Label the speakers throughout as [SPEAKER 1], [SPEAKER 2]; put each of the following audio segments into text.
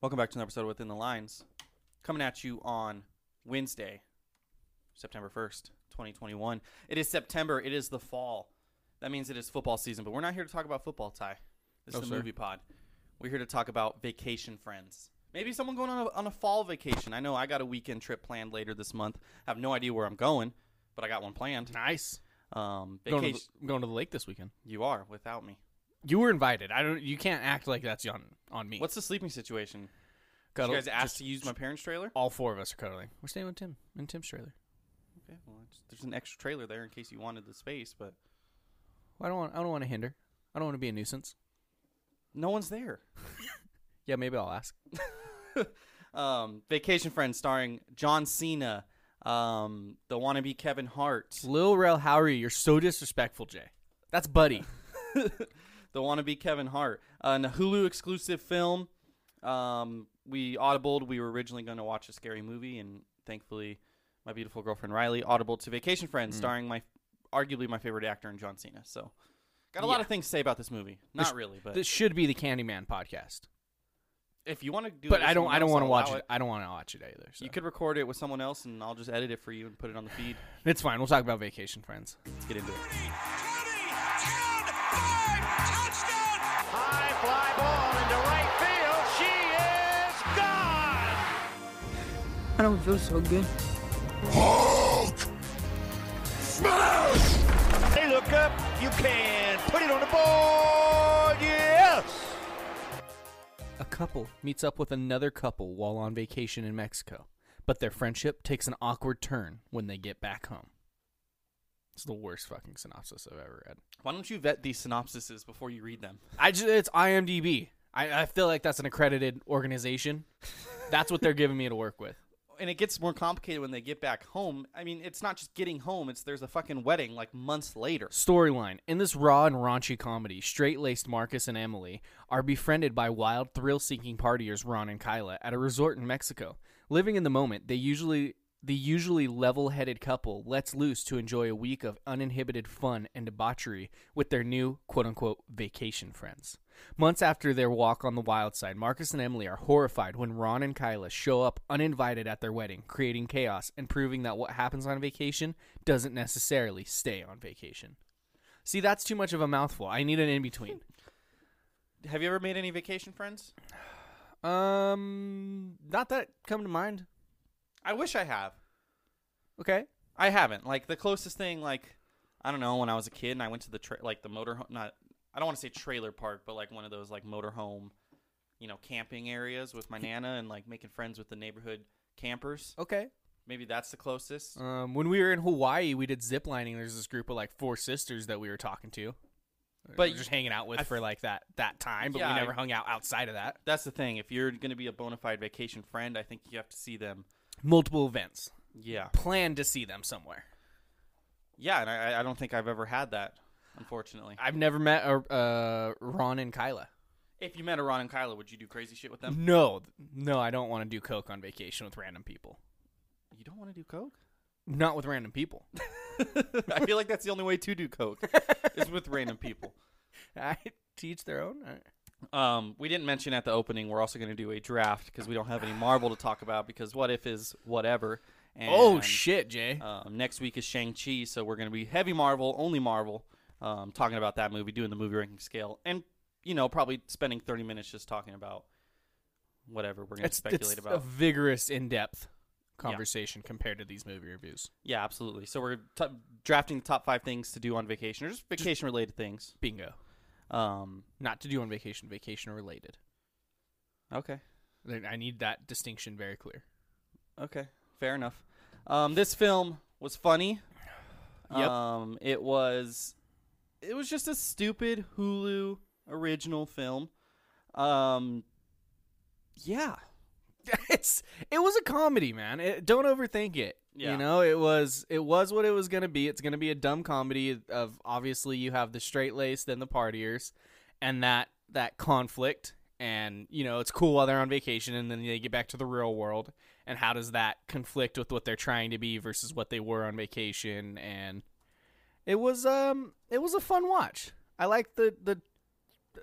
[SPEAKER 1] Welcome back to another episode of Within the Lines. Coming at you on Wednesday, September 1st, 2021. It is September. It is the fall. That means it is football season, but we're not here to talk about football, Ty. This
[SPEAKER 2] No,
[SPEAKER 1] is the
[SPEAKER 2] sir.
[SPEAKER 1] movie pod. We're here to talk about vacation friends. Maybe someone going on a, on a fall vacation. I know I got a weekend trip planned later this month. I have no idea where I'm going, but I got one planned.
[SPEAKER 2] Nice.
[SPEAKER 1] Um,
[SPEAKER 2] I'm Going to,
[SPEAKER 1] vacation.
[SPEAKER 2] the, I'm going to the lake this weekend.
[SPEAKER 1] You are without me.
[SPEAKER 2] You were invited. I don't. You can't act like that's on on me.
[SPEAKER 1] What's the sleeping situation? Did
[SPEAKER 2] Cuddle-
[SPEAKER 1] you guys asked
[SPEAKER 2] just-
[SPEAKER 1] to use my parents' trailer?
[SPEAKER 2] All four of us are cuddling. We're staying with Tim in Tim's trailer.
[SPEAKER 1] Okay, well, it's- there's an extra trailer there in case you wanted the space, but
[SPEAKER 2] Well, I don't. Want, I don't want to hinder. I don't want to be a nuisance.
[SPEAKER 1] no one's there.
[SPEAKER 2] Yeah, maybe I'll ask.
[SPEAKER 1] Um, Vacation Friends starring John Cena, um, the wannabe Kevin Hart,
[SPEAKER 2] Lil Rel Howery, you're so disrespectful, Jay. That's buddy.
[SPEAKER 1] the wannabe Kevin Hart, an Hulu exclusive film. Um, we audibled. We were originally going to watch a scary movie, and thankfully, my beautiful girlfriend Riley audibled to Vacation
[SPEAKER 2] Hmm.
[SPEAKER 1] Friends, starring my arguably my favorite actor in John Cena. So, got a lot
[SPEAKER 2] Yeah.
[SPEAKER 1] of things to say about this movie.
[SPEAKER 2] This-
[SPEAKER 1] Not really, but
[SPEAKER 2] this should be the Candyman podcast.
[SPEAKER 1] if you want to do,
[SPEAKER 2] But
[SPEAKER 1] it
[SPEAKER 2] I
[SPEAKER 1] with
[SPEAKER 2] don't.
[SPEAKER 1] someone
[SPEAKER 2] I don't
[SPEAKER 1] else,
[SPEAKER 2] want to
[SPEAKER 1] I'll
[SPEAKER 2] watch
[SPEAKER 1] allow
[SPEAKER 2] it. I don't want to watch it either. So.
[SPEAKER 1] You could record it with someone else, and I'll just edit it for you and put it on the feed.
[SPEAKER 2] It's fine. We'll talk about vacation friends.
[SPEAKER 1] Let's get into it.
[SPEAKER 3] I don't feel so good.
[SPEAKER 4] They look up, you can put it on the board, yes!
[SPEAKER 2] A couple meets up with another couple while on vacation in Mexico, but their friendship takes an awkward turn when they get back home. It's the worst fucking synopsis I've ever read.
[SPEAKER 1] Why don't you vet these synopsises before you read them?
[SPEAKER 2] I just, it's IMDb. I, I feel like that's an accredited organization. That's what they're giving me to work with.
[SPEAKER 1] And it gets more complicated when they get back home. I mean, it's not just getting home; it's there's a fucking wedding like months later.
[SPEAKER 2] Storyline In this raw and raunchy comedy, straight laced Marcus and Emily are befriended by wild, thrill seeking partiers Ron and Kyla at a resort in Mexico. Living in the moment, they usually. The usually level headed couple lets loose to enjoy a week of uninhibited fun and debauchery with their new quote unquote vacation friends. Months after their walk on the wild side, Marcus and Emily are horrified when Ron and Kyla show up uninvited at their wedding, creating chaos and proving that what happens on vacation doesn't necessarily stay on vacation. See, that's too much of a mouthful. I need an in between.
[SPEAKER 1] Have you ever made any vacation friends?
[SPEAKER 2] Um, not that come to mind.
[SPEAKER 1] I wish I have.
[SPEAKER 2] Okay.
[SPEAKER 1] I haven't. Like the closest thing, like I don't know, when I was a kid and I went to the tra- like the motor not I don't want to say trailer park, but like one of those like motorhome, you know, camping areas with my nana and like making friends with the neighborhood campers.
[SPEAKER 2] Okay.
[SPEAKER 1] Maybe that's the closest.
[SPEAKER 2] Um, when we were in Hawaii, we did zip lining. There's this group of like four sisters that we were talking to, We
[SPEAKER 1] But
[SPEAKER 2] were just hanging out with
[SPEAKER 1] I-
[SPEAKER 2] for like that that time. But
[SPEAKER 1] Yeah,
[SPEAKER 2] we
[SPEAKER 1] I-
[SPEAKER 2] never hung out outside of that.
[SPEAKER 1] That's the thing. If you're going to be a bona fide vacation friend, I think you have to see them.
[SPEAKER 2] Multiple events.
[SPEAKER 1] Yeah.
[SPEAKER 2] Plan to see them somewhere.
[SPEAKER 1] Yeah, and I, I don't think I've ever had that, unfortunately.
[SPEAKER 2] I've never met uh, uh, Ron and Kyla.
[SPEAKER 1] If you met a Ron and Kyla, would you do crazy shit with them?
[SPEAKER 2] No, no, I don't want to do coke on vacation with random people.
[SPEAKER 1] You don't want to do coke?
[SPEAKER 2] Not with random people.
[SPEAKER 1] I feel like that's the only way to do coke is with random people.
[SPEAKER 2] I teach their own. I-
[SPEAKER 1] Um, we didn't mention at the opening. We're also going to do a draft because we don't have any Marvel to talk about because what if is whatever. And,
[SPEAKER 2] Oh shit, Jay!
[SPEAKER 1] Um, next week is Shang Chi, so we're going to be heavy Marvel, only Marvel. Um, talking about that movie, doing the movie ranking scale, and you know probably spending thirty minutes just talking about whatever we're going to
[SPEAKER 2] it's,
[SPEAKER 1] speculate
[SPEAKER 2] it's
[SPEAKER 1] about.
[SPEAKER 2] a vigorous, in-depth conversation compared to these movie reviews
[SPEAKER 1] yeah, absolutely. So we're t- drafting the top five things to do on vacation or just vacation related things.
[SPEAKER 2] bingo
[SPEAKER 1] Um,
[SPEAKER 2] not to do on vacation vacation related
[SPEAKER 1] okay.
[SPEAKER 2] Like, i need that distinction very clear
[SPEAKER 1] Okay, fair enough. Um, this film was funny.
[SPEAKER 2] Yep.
[SPEAKER 1] Um, it was, it was just a stupid Hulu original film. Um, yeah,
[SPEAKER 2] it's it was a comedy man It- don't overthink it
[SPEAKER 1] Yeah.
[SPEAKER 2] you know it was it was what it was gonna be it's gonna be a dumb comedy of obviously you have the straight laced and the partiers and that that conflict and you know it's cool while they're on vacation and then they get back to the real world and how does that conflict with what they're trying to be versus what they were on vacation and it was um it was a fun watch i liked the the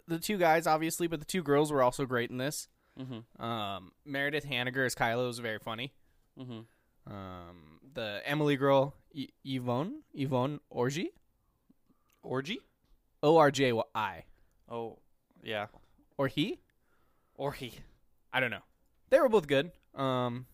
[SPEAKER 2] the two guys obviously but the two girls were also great in this um, Meredith Haniger as Kylo was very funny.
[SPEAKER 1] Mm-hmm.
[SPEAKER 2] Um, the Emily girl, y- Yvonne, Yvonne Orgy,
[SPEAKER 1] orgy.
[SPEAKER 2] O R J I,
[SPEAKER 1] Oh, yeah,
[SPEAKER 2] or he?
[SPEAKER 1] orgy.
[SPEAKER 2] I don't know. They were both good. Um,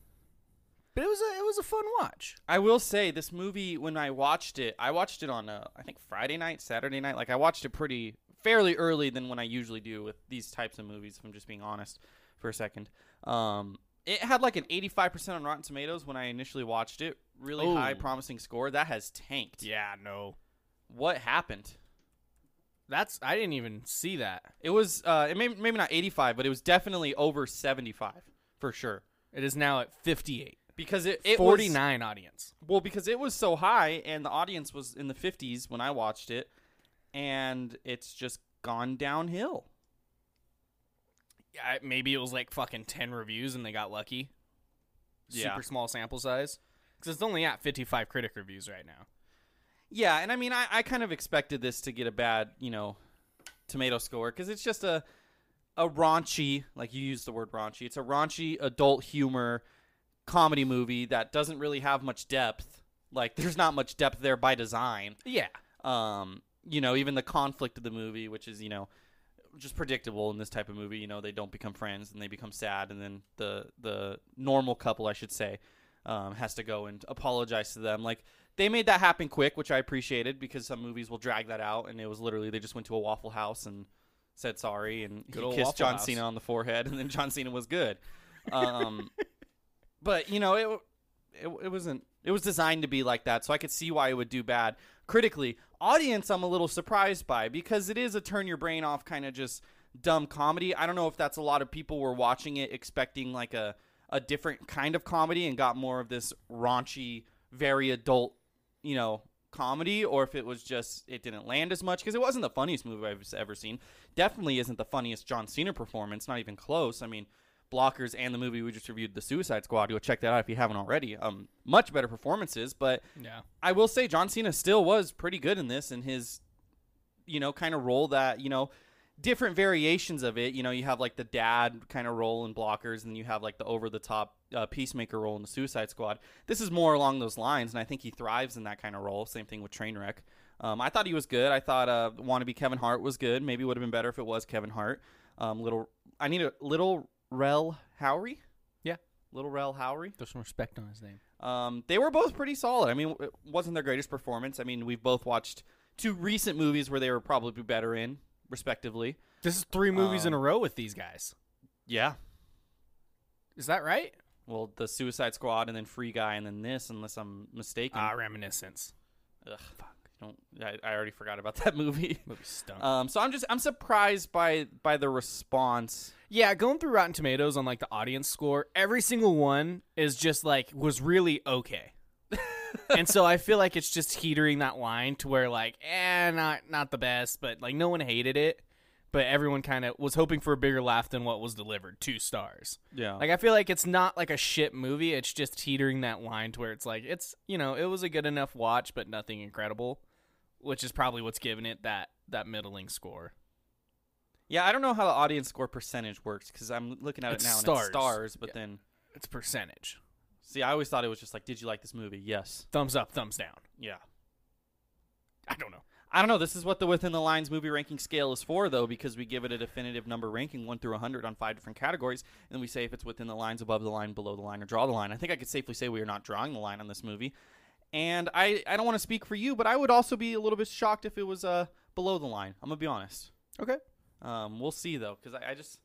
[SPEAKER 2] but it was a it was a fun watch.
[SPEAKER 1] I will say this movie when I watched it, I watched it on uh, I think Friday night, Saturday night. Like I watched it pretty fairly early than when I usually do with these types of movies. If I'm just being honest for a second, um, it had like an 85 percent on Rotten Tomatoes when I initially watched it. Really
[SPEAKER 2] Ooh.
[SPEAKER 1] high, promising score that has tanked.
[SPEAKER 2] Yeah, no,
[SPEAKER 1] What happened?
[SPEAKER 2] that's I didn't even see that.
[SPEAKER 1] It was uh, it may, maybe not 85, but it was definitely over 75 for sure.
[SPEAKER 2] It is now at fifty eight.
[SPEAKER 1] Because it, it was-
[SPEAKER 2] Forty nine audience.
[SPEAKER 1] Well, because it was so high and the audience was in the 50s when I watched it, and it's just gone downhill.
[SPEAKER 2] Yeah, maybe it was like fucking ten reviews and they got lucky.
[SPEAKER 1] Yeah.
[SPEAKER 2] Super small sample size. Because it's only at fifty five critic reviews right now.
[SPEAKER 1] Yeah, and I mean, I, I kind of expected this to get a bad, you know, tomato score because it's just a a raunchy, like you used the word raunchy. It's a raunchy adult humor comedy movie that doesn't really have much depth. Like, there's not much depth there by design.
[SPEAKER 2] Yeah.
[SPEAKER 1] um, you know, even the conflict of the movie, which is you know just predictable in this type of movie. You know, they don't become friends and they become sad, and then the the normal couple, I should say, um, has to go and apologize to them. Like they made that happen quick, which I appreciated because some movies will drag that out, and it was literally they just went to a Waffle House and said sorry and he
[SPEAKER 2] Good old
[SPEAKER 1] kissed
[SPEAKER 2] Waffle
[SPEAKER 1] John
[SPEAKER 2] House.
[SPEAKER 1] Cena on the forehead, and then John Cena was good. Um, but you know it. It, it wasn't it was designed to be like that so i could see why it would do bad critically audience i'm a little surprised by because it is a turn your brain off kind of just dumb comedy i don't know if that's a lot of people were watching it expecting like a a different kind of comedy and got more of this raunchy very adult you know comedy or if it was just it didn't land as much because it wasn't the funniest movie i've s- ever seen definitely isn't the funniest john cena performance not even close i mean blockers and the movie we just reviewed the suicide squad go check that out if you haven't already um much better performances but
[SPEAKER 2] Yeah.
[SPEAKER 1] i will say john cena still was pretty good in this in his you know kind of role that you know different variations of it you know you have like the dad kind of role in blockers and then you have like the over the top uh, peacemaker role in the suicide squad this is more along those lines and i think he thrives in that kind of role same thing with trainwreck um, i thought he was good i thought uh, wannabe kevin hart was good maybe would have been better if it was kevin hart um, little i need a little rel howery
[SPEAKER 2] Yeah.
[SPEAKER 1] little rel howery
[SPEAKER 2] There's some respect on his name.
[SPEAKER 1] um, they were both pretty solid. I mean, it wasn't their greatest performance. I mean, we've both watched two recent movies where they were probably better in, respectively.
[SPEAKER 2] This is three movies
[SPEAKER 1] Um,
[SPEAKER 2] in a row with these guys.
[SPEAKER 1] Yeah.
[SPEAKER 2] Is that right?
[SPEAKER 1] Well, the Suicide Squad and then Free Guy and then this, unless I'm mistaken.
[SPEAKER 2] Ah, reminiscence.
[SPEAKER 1] Ugh, Don't, I, I already forgot about that movie.
[SPEAKER 2] Movie stunk.
[SPEAKER 1] Um, so I'm just I'm surprised by by the response.
[SPEAKER 2] yeah, going through Rotten Tomatoes on like the audience score, every single one is just like was really okay. and so I feel like it's just heatering that line to where like, eh, not not the best, but like no one hated it. but everyone kind of was hoping for a bigger laugh than what was delivered. Two stars.
[SPEAKER 1] Yeah.
[SPEAKER 2] Like I feel like it's not like a shit movie. It's just teetering that line to where it's like it's you know it was a good enough watch, but nothing incredible, which is probably what's giving it that that middling score.
[SPEAKER 1] Yeah, I don't know how the audience score percentage works because I'm looking at
[SPEAKER 2] It's
[SPEAKER 1] it now and
[SPEAKER 2] stars.
[SPEAKER 1] it's stars, but
[SPEAKER 2] Yeah.
[SPEAKER 1] then
[SPEAKER 2] It's percentage.
[SPEAKER 1] see, I always thought it was just like, did you like this movie? Yes.
[SPEAKER 2] Thumbs up, thumbs down.
[SPEAKER 1] Yeah.
[SPEAKER 2] I don't know.
[SPEAKER 1] I don't know. This is what the Within the Lines movie ranking scale is for, though, because we give it a definitive number ranking, one through 100, on five different categories, and then we say if it's within the lines, above the line, below the line, or draw the line. I think I could safely say we are not drawing the line on this movie. And I, I don't want to speak for you, but I would also be a little bit shocked if it was uh, below the line. I'm going to be honest.
[SPEAKER 2] Okay.
[SPEAKER 1] Um, we'll see, though, because I, I just,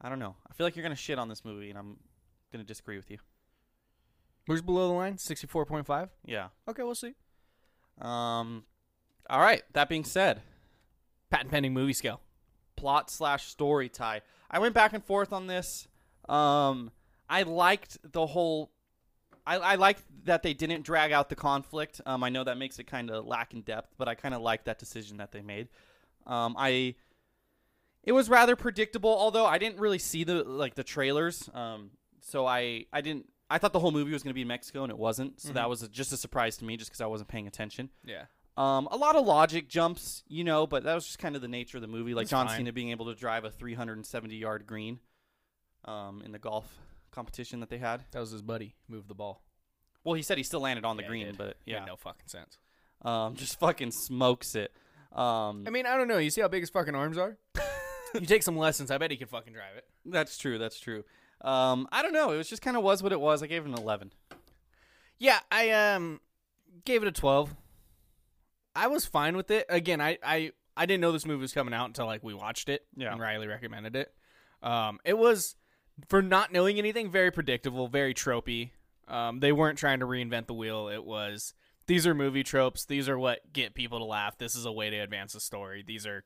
[SPEAKER 1] I don't know. I feel like you're going to shit on this movie, and I'm going to disagree with you.
[SPEAKER 2] Where's below the line? Sixty four point five.
[SPEAKER 1] Yeah.
[SPEAKER 2] Okay, we'll see.
[SPEAKER 1] Um, all right. That being said,
[SPEAKER 2] Patent pending movie scale.
[SPEAKER 1] plot slash story tie. I went back and forth on this. Um, I liked the whole. I, I liked that they didn't drag out the conflict. Um, I know that makes it kind of lack in depth, but I kind of liked that decision that they made. Um, I. It was rather predictable, although I didn't really see the like the trailers. Um, so I I didn't. I thought the whole movie was going to be in Mexico, and it wasn't. So that was a, just a surprise to me, just because I wasn't paying attention.
[SPEAKER 2] Yeah.
[SPEAKER 1] Um, a lot of logic jumps, you know, but that was just kind of the nature of the movie. Like
[SPEAKER 2] That's
[SPEAKER 1] John
[SPEAKER 2] fine.
[SPEAKER 1] Cena being able to drive a 370 yard green um, in the golf competition that they had.
[SPEAKER 2] That was his buddy. Moved the ball.
[SPEAKER 1] Well, he said he still landed on the
[SPEAKER 2] Yeah, he
[SPEAKER 1] green,
[SPEAKER 2] did.
[SPEAKER 1] but
[SPEAKER 2] Made
[SPEAKER 1] yeah,
[SPEAKER 2] no fucking sense.
[SPEAKER 1] um, just fucking smokes it. Um,
[SPEAKER 2] I mean, I don't know. You see how big his fucking arms are? you take some lessons. I bet he could fucking drive it.
[SPEAKER 1] that's true. That's true. Um, I don't know. It was just kind of was what it was. I gave it an 11.
[SPEAKER 2] Yeah, I um gave it a 12. I was fine with it. Again, I I I didn't know this movie was coming out until like we watched it
[SPEAKER 1] Yeah.
[SPEAKER 2] and Riley recommended it. Um it was for not knowing anything very predictable, very tropey. Um they weren't trying to reinvent the wheel. It was these are movie tropes. These are what get people to laugh. This is a way to advance the story. These are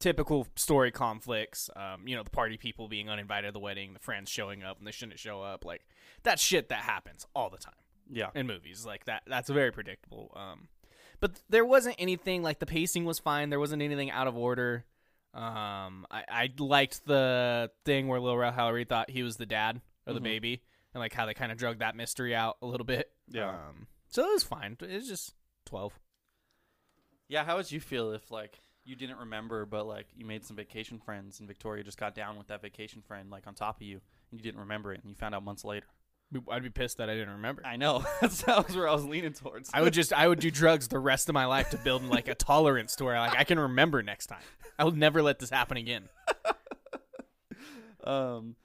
[SPEAKER 2] typical story conflicts. Um, you know, the party people being uninvited to the wedding, the friends showing up and they shouldn't show up. Like that shit that happens all the time
[SPEAKER 1] Yeah.
[SPEAKER 2] in movies like that that's very predictable um but there wasn't anything like the pacing was fine there wasn't anything out of order um i, I liked the thing where lil rel howery thought he was the dad of the
[SPEAKER 1] Mm-hmm.
[SPEAKER 2] baby and like how they kind of drug that mystery out a little bit
[SPEAKER 1] Yeah.
[SPEAKER 2] um so it was fine it was just 12
[SPEAKER 1] Yeah. How would you feel if, like, you didn't remember, but, like, you made some vacation friends and Victoria just got down with that vacation friend, like, on top of you, and you didn't remember it, and you found out months later?
[SPEAKER 2] i'd be pissed that i didn't remember
[SPEAKER 1] I know. That's that was where I was leaning towards.
[SPEAKER 2] I would just I would do drugs the rest of my life to build like a tolerance to where like I can remember next time. I will never let this happen again.
[SPEAKER 1] um,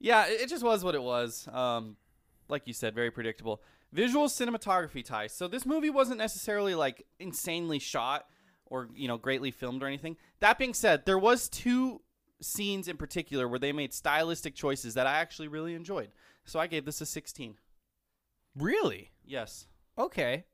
[SPEAKER 1] yeah, it, it just was what it was. Um, like you said, very predictable. Visual cinematography ties. So this movie wasn't necessarily like insanely shot or you know greatly filmed or anything. That being said, there was two scenes in particular where they made stylistic choices that I actually really enjoyed. So I gave this a 16.
[SPEAKER 2] Really?
[SPEAKER 1] Yes,
[SPEAKER 2] Okay.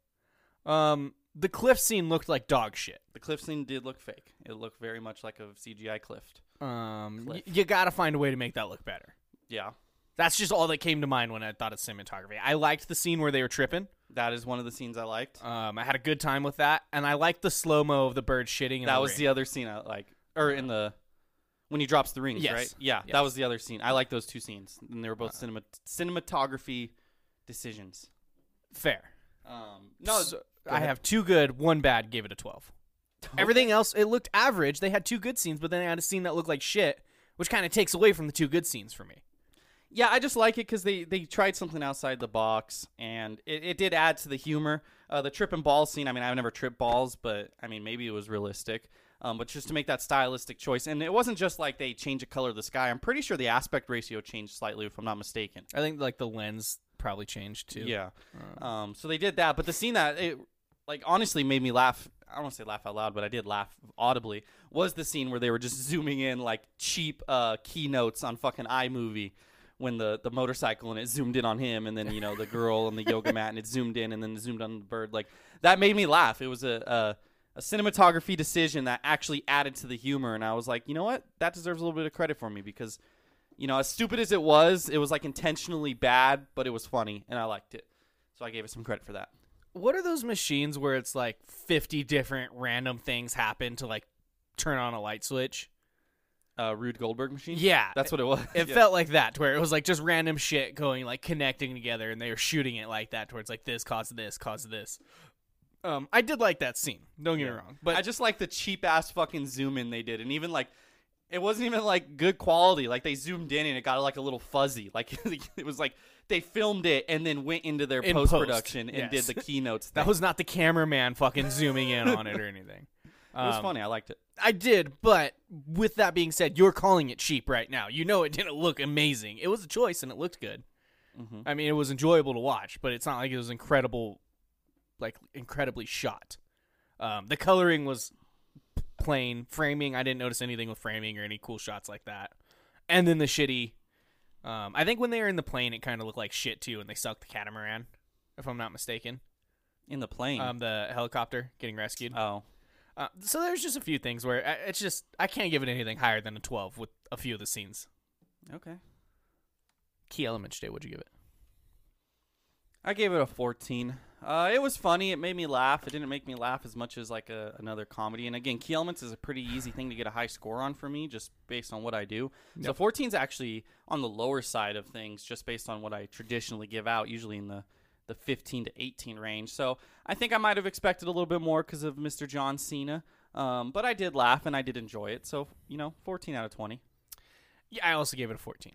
[SPEAKER 2] Um, the cliff scene looked like dog shit.
[SPEAKER 1] the cliff scene did look fake. It looked very much like a CGI cliff.
[SPEAKER 2] Um, y-
[SPEAKER 1] Cliff.
[SPEAKER 2] you gotta find a way to make that look better.
[SPEAKER 1] Yeah,
[SPEAKER 2] That's just all that came to mind when I thought of cinematography. I liked the scene where they were tripping.
[SPEAKER 1] that is one of the scenes I liked.
[SPEAKER 2] Um, I had a good time with that, and I liked the slow mo of the bird shitting. In
[SPEAKER 1] That
[SPEAKER 2] the
[SPEAKER 1] was
[SPEAKER 2] ring.
[SPEAKER 1] the other scene I like, or in the when he drops the rings,
[SPEAKER 2] Yes.
[SPEAKER 1] right? Yeah,
[SPEAKER 2] Yes. Uh.
[SPEAKER 1] that was the other scene. I like those two scenes, and they were both cinema cinematography decisions.
[SPEAKER 2] fair.
[SPEAKER 1] Um, no,
[SPEAKER 2] So,
[SPEAKER 1] go
[SPEAKER 2] I
[SPEAKER 1] ahead.
[SPEAKER 2] have two good, one bad. Gave it a twelve. Everything else, it looked average. They had two good scenes, but then they had a scene that looked like shit, which kind of takes away from the two good scenes for me.
[SPEAKER 1] Yeah, I just like it because they they tried something outside the box, and it, it did add to the humor. Uh, the trip and ball scene. I mean, I've never tripped balls, but I mean, maybe it was realistic. Um, but just to make that stylistic choice, and it wasn't just like they change the color of the sky. I'm pretty sure the aspect ratio changed slightly, if I'm not mistaken.
[SPEAKER 2] I think like the lens probably changed too.
[SPEAKER 1] Yeah. Um, so they did that, but the scene that it like honestly made me laugh. I don't want to say laugh out loud, but I did laugh audibly. Was the scene where they were just zooming in like cheap uh, keynotes on fucking iMovie when the the motorcycle and it zoomed in on him, and then you know the girl on the yoga mat and it zoomed in, and then it zoomed on the bird. Like that made me laugh. It was a, a a cinematography decision that actually added to the humor, and I was like, you know what, that deserves a little bit of credit for me because you know, as stupid as it was, it was like intentionally bad, but it was funny, and I liked it. So I gave it some credit for that.
[SPEAKER 2] What are those machines where it's like 50 different random things happen to like turn on a light switch?
[SPEAKER 1] uh, Rude Goldberg machine.
[SPEAKER 2] Yeah.
[SPEAKER 1] that's what it was.
[SPEAKER 2] It
[SPEAKER 1] Yeah.
[SPEAKER 2] felt like that, to where it was like just random shit going like connecting together, and they were shooting it like that, towards like this caused this caused this. Um, I did like that scene. Don't get me wrong, but
[SPEAKER 1] I just like the cheap ass fucking zoom in they did, and even like it wasn't even like good quality. Like they zoomed in and it got like a little fuzzy. Like it was like they filmed it and then went into their
[SPEAKER 2] In
[SPEAKER 1] post
[SPEAKER 2] post,
[SPEAKER 1] production and
[SPEAKER 2] yes.
[SPEAKER 1] did the keynotes.
[SPEAKER 2] that
[SPEAKER 1] thing.
[SPEAKER 2] was not the cameraman fucking zooming in on it or anything.
[SPEAKER 1] it was
[SPEAKER 2] um,
[SPEAKER 1] funny. I liked it.
[SPEAKER 2] I did, but with that being said, you're calling it cheap right now. You know it didn't look amazing. It was a choice and it looked good. I mean, it was enjoyable to watch, but it's not like it was incredible, like incredibly shot. Um, the coloring was p- plain. Framing, I didn't notice anything with framing or any cool shots like that. And then the shitty. Um, I think when they were in the plane, it kind of looked like shit too, and they sucked the catamaran, if I'm not mistaken.
[SPEAKER 1] In the plane.
[SPEAKER 2] Um, the helicopter getting rescued.
[SPEAKER 1] Hmm. oh.
[SPEAKER 2] Uh, so there's just a few things where I, it's just I can't give it anything higher than a 12 with a few of the scenes.
[SPEAKER 1] Okay.
[SPEAKER 2] Key elements, Jay, would you give it?
[SPEAKER 1] I gave it a 14. Uh, it was funny. It made me laugh. It didn't make me laugh as much as like a, another comedy. And again, Key Elements is a pretty easy thing to get a high score on for me, just based on what I do. So 14 is actually on the lower side of things, just based on what I traditionally give out, usually in the the 15 to 18 range. So I think I might have expected a little bit more because of Mr. John Cena. Um, but I did laugh and I did enjoy it. So you know, 14 out of 20.
[SPEAKER 2] Yeah, I also gave it a 14.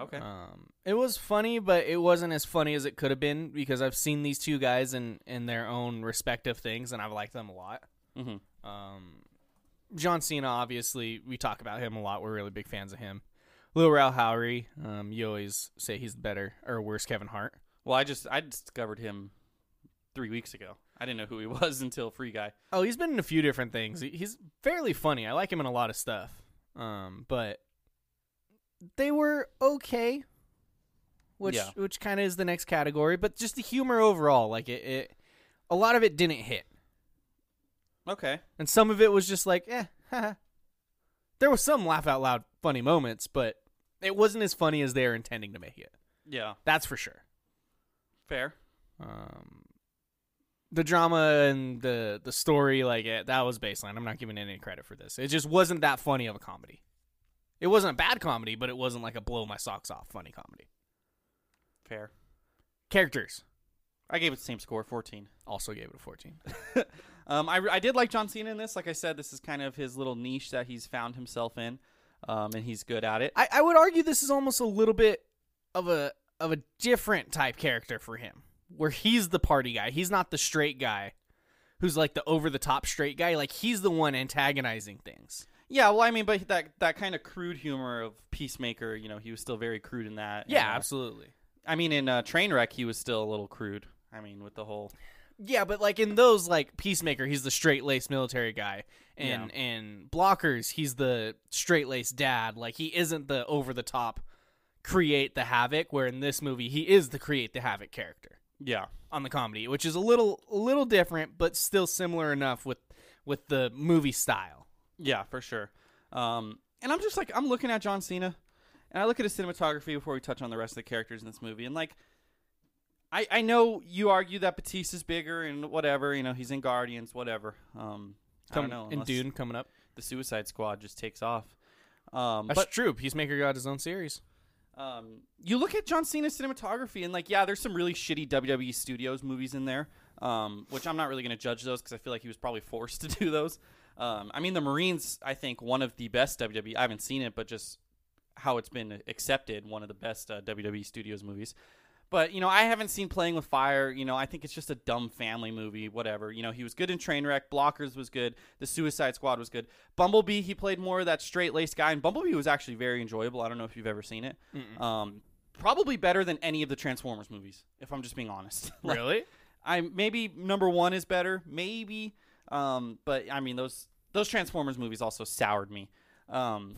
[SPEAKER 1] Okay.
[SPEAKER 2] Um, it was funny, but it wasn't as funny as it could have been because I've seen these two guys in in their own respective things, and I've liked them a lot.
[SPEAKER 1] Mhm.
[SPEAKER 2] Um, John Cena, obviously, we talk about him a lot. We're really big fans of him. Lil Rel Howery, um, you always say he's better or worse Kevin Hart.
[SPEAKER 1] well, I just I discovered him three weeks ago. I didn't know who he was until Free Guy.
[SPEAKER 2] Oh, he's been in a few different things. He- He's fairly funny. I like him in a lot of stuff. Um, but they were okay, which
[SPEAKER 1] Yeah.
[SPEAKER 2] which kind of is the next category. But just the humor overall, like it, it, a lot of it didn't hit,
[SPEAKER 1] Okay.
[SPEAKER 2] and some of it was just like, eh. haha. there was some laugh out loud funny moments, but it wasn't as funny as they were intending to make it.
[SPEAKER 1] Yeah.
[SPEAKER 2] That's for sure.
[SPEAKER 1] Fair.
[SPEAKER 2] Um, the drama and the the story, like it, that was baseline. I'm not giving it any credit for this. It just wasn't that funny of a comedy. It wasn't a bad comedy, but it wasn't like a blow my socks off funny comedy.
[SPEAKER 1] Fair.
[SPEAKER 2] Characters
[SPEAKER 1] I gave it the same score, 14.
[SPEAKER 2] also gave it a 14.
[SPEAKER 1] Um, I, I did like John Cena in this. Like I said, this is kind of his little niche that he's found himself in, um, and he's good at it.
[SPEAKER 2] I, I would argue this is almost a little bit of a of a different type character for him, where he's the party guy. He's not the straight guy, who's like the over the top straight guy. Like he's the one antagonizing things.
[SPEAKER 1] yeah, well, I mean, but that that kind of crude humor of Peacemaker, you know, he was still very crude in that. And, uh,
[SPEAKER 2] absolutely.
[SPEAKER 1] I mean, in uh, Trainwreck, he was still a little crude. I mean, with the whole
[SPEAKER 2] Yeah, but like in those, like Peacemaker, he's the straight laced military guy, and and Blockers, he's the straight laced dad. Like he isn't the over the top create the havoc. Where in this movie, he is the create the havoc character
[SPEAKER 1] yeah,
[SPEAKER 2] on the comedy, which is a little a little different, but still similar enough with with the movie style.
[SPEAKER 1] Yeah, for sure. Um, and I'm just like I'm looking at John Cena, and I look at his cinematography before we touch on the rest of the characters in this movie, and like, I I know you argue that Batista's bigger and whatever, you know, he's in Guardians, whatever. Um, I don't know.
[SPEAKER 2] and
[SPEAKER 1] unless
[SPEAKER 2] Dune coming up.
[SPEAKER 1] the Suicide Squad just takes off. Um,
[SPEAKER 2] That's
[SPEAKER 1] but
[SPEAKER 2] true. Peacemaker got his own series.
[SPEAKER 1] um, you look at John Cena's cinematography, and like, yeah, there's some really shitty WWE Studios movies in there, um, which I'm not really going to judge those because I feel like he was probably forced to do those. Um, I mean, the Marines, I think, one of the best WWE. I haven't seen it, but just how it's been accepted, one of the best uh, WWE Studios movies. But you know, I haven't seen Playing with Fire. You know, I think it's just a dumb family movie, whatever. You know, he was good in Trainwreck. Blockers was good. The Suicide Squad was good. Bumblebee, he played more of that straight laced guy, and Bumblebee was actually very enjoyable. I don't know if you've ever seen it. Um, probably better than any of the Transformers movies, if I'm just being honest. Like,
[SPEAKER 2] Really?
[SPEAKER 1] I maybe number one is better, maybe. Um, but I mean, those those Transformers movies also soured me. Um,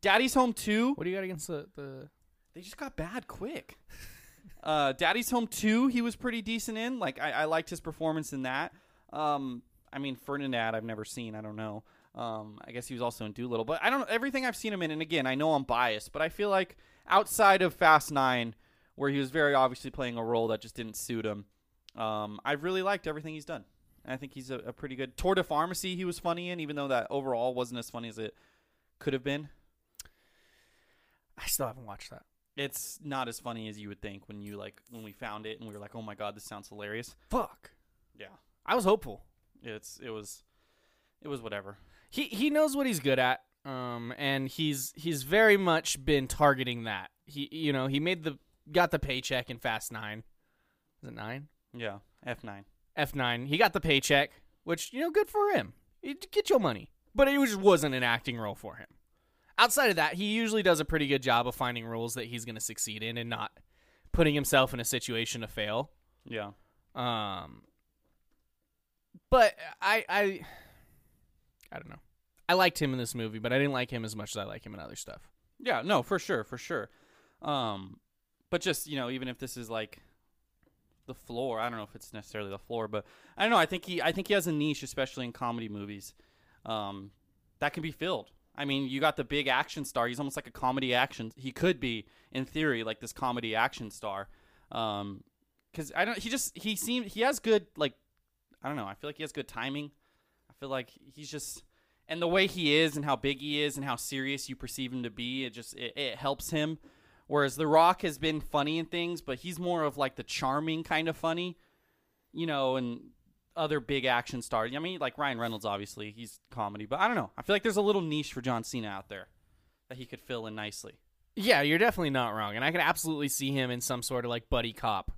[SPEAKER 1] Daddy's Home Two
[SPEAKER 2] What do you got against the the?
[SPEAKER 1] they just got bad quick. uh, Daddy's Home 2, he was pretty decent in. Like, I, I liked his performance in that. Um, I mean, Ferdinand, I've never seen. I don't know. Um, I guess he was also in Doolittle. But I don't know. Everything I've seen him in, and again, I know I'm biased, but I feel like outside of Fast 9, where he was very obviously playing a role that just didn't suit him, um, I've really liked everything he's done. And I think he's a, a pretty good. Tour de Pharmacy, he was funny in, even though that overall wasn't as funny as it could have been.
[SPEAKER 2] I still haven't watched that.
[SPEAKER 1] It's not as funny as you would think when you like when we found it and we were like, "Oh my god, this sounds hilarious."
[SPEAKER 2] Fuck.
[SPEAKER 1] Yeah.
[SPEAKER 2] I was hopeful.
[SPEAKER 1] It's it was it was whatever.
[SPEAKER 2] He he knows what he's good at. Um and he's he's very much been targeting that. He you know, he made the got the paycheck in Fast 9. Is it 9?
[SPEAKER 1] Yeah. F9.
[SPEAKER 2] F9. He got the paycheck, which, you know, good for him. You Get your money. But it just wasn't an acting role for him. Outside of that, he usually does a pretty good job of finding roles that he's going to succeed in and not putting himself in a situation to fail.
[SPEAKER 1] Yeah.
[SPEAKER 2] Um, but I, I, I don't know. I liked him in this movie, but I didn't like him as much as I like him in other stuff.
[SPEAKER 1] Yeah, no, for sure, for sure. Um but just, you know, even if this is like the floor, I don't know if it's necessarily the floor, but I don't know, I think he I think he has a niche especially in comedy movies. Um that can be filled. I mean, you got the big action star. He's almost like a comedy action. He could be in theory like this comedy action star. Um cuz I don't he just he seemed he has good like I don't know, I feel like he has good timing. I feel like he's just and the way he is and how big he is and how serious you perceive him to be, it just it, it helps him. Whereas The Rock has been funny in things, but he's more of like the charming kind of funny, you know, and other big action stars. I mean, like Ryan Reynolds, obviously he's comedy, but I don't know. I feel like there's a little niche for John Cena out there that he could fill in nicely.
[SPEAKER 2] Yeah, you're definitely not wrong, and I could absolutely see him in some sort of like buddy cop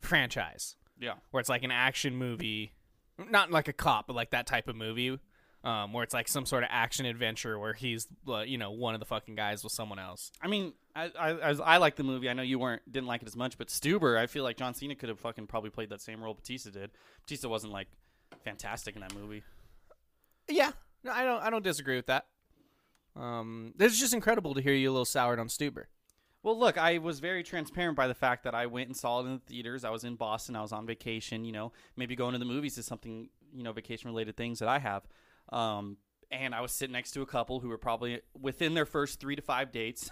[SPEAKER 2] franchise.
[SPEAKER 1] Yeah,
[SPEAKER 2] where it's like an action movie, not like a cop, but like that type of movie, um, where it's like some sort of action adventure where he's uh, you know one of the fucking guys with someone else.
[SPEAKER 1] I mean, I I, I, was- I like the movie. I know you weren't didn't like it as much, but Stuber, I feel like John Cena could have fucking probably played that same role Batista did. Batista wasn't like fantastic in that movie.
[SPEAKER 2] Yeah, no, I don't I don't disagree with that. Um, it's just incredible to hear you a little soured on Stuber.
[SPEAKER 1] Well, look, I was very transparent by the fact that I went and saw it in the theaters. I was in Boston. I was on vacation. You know, maybe going to the movies is something you know vacation related things that I have. Um, and I was sitting next to a couple who were probably within their first three to five dates.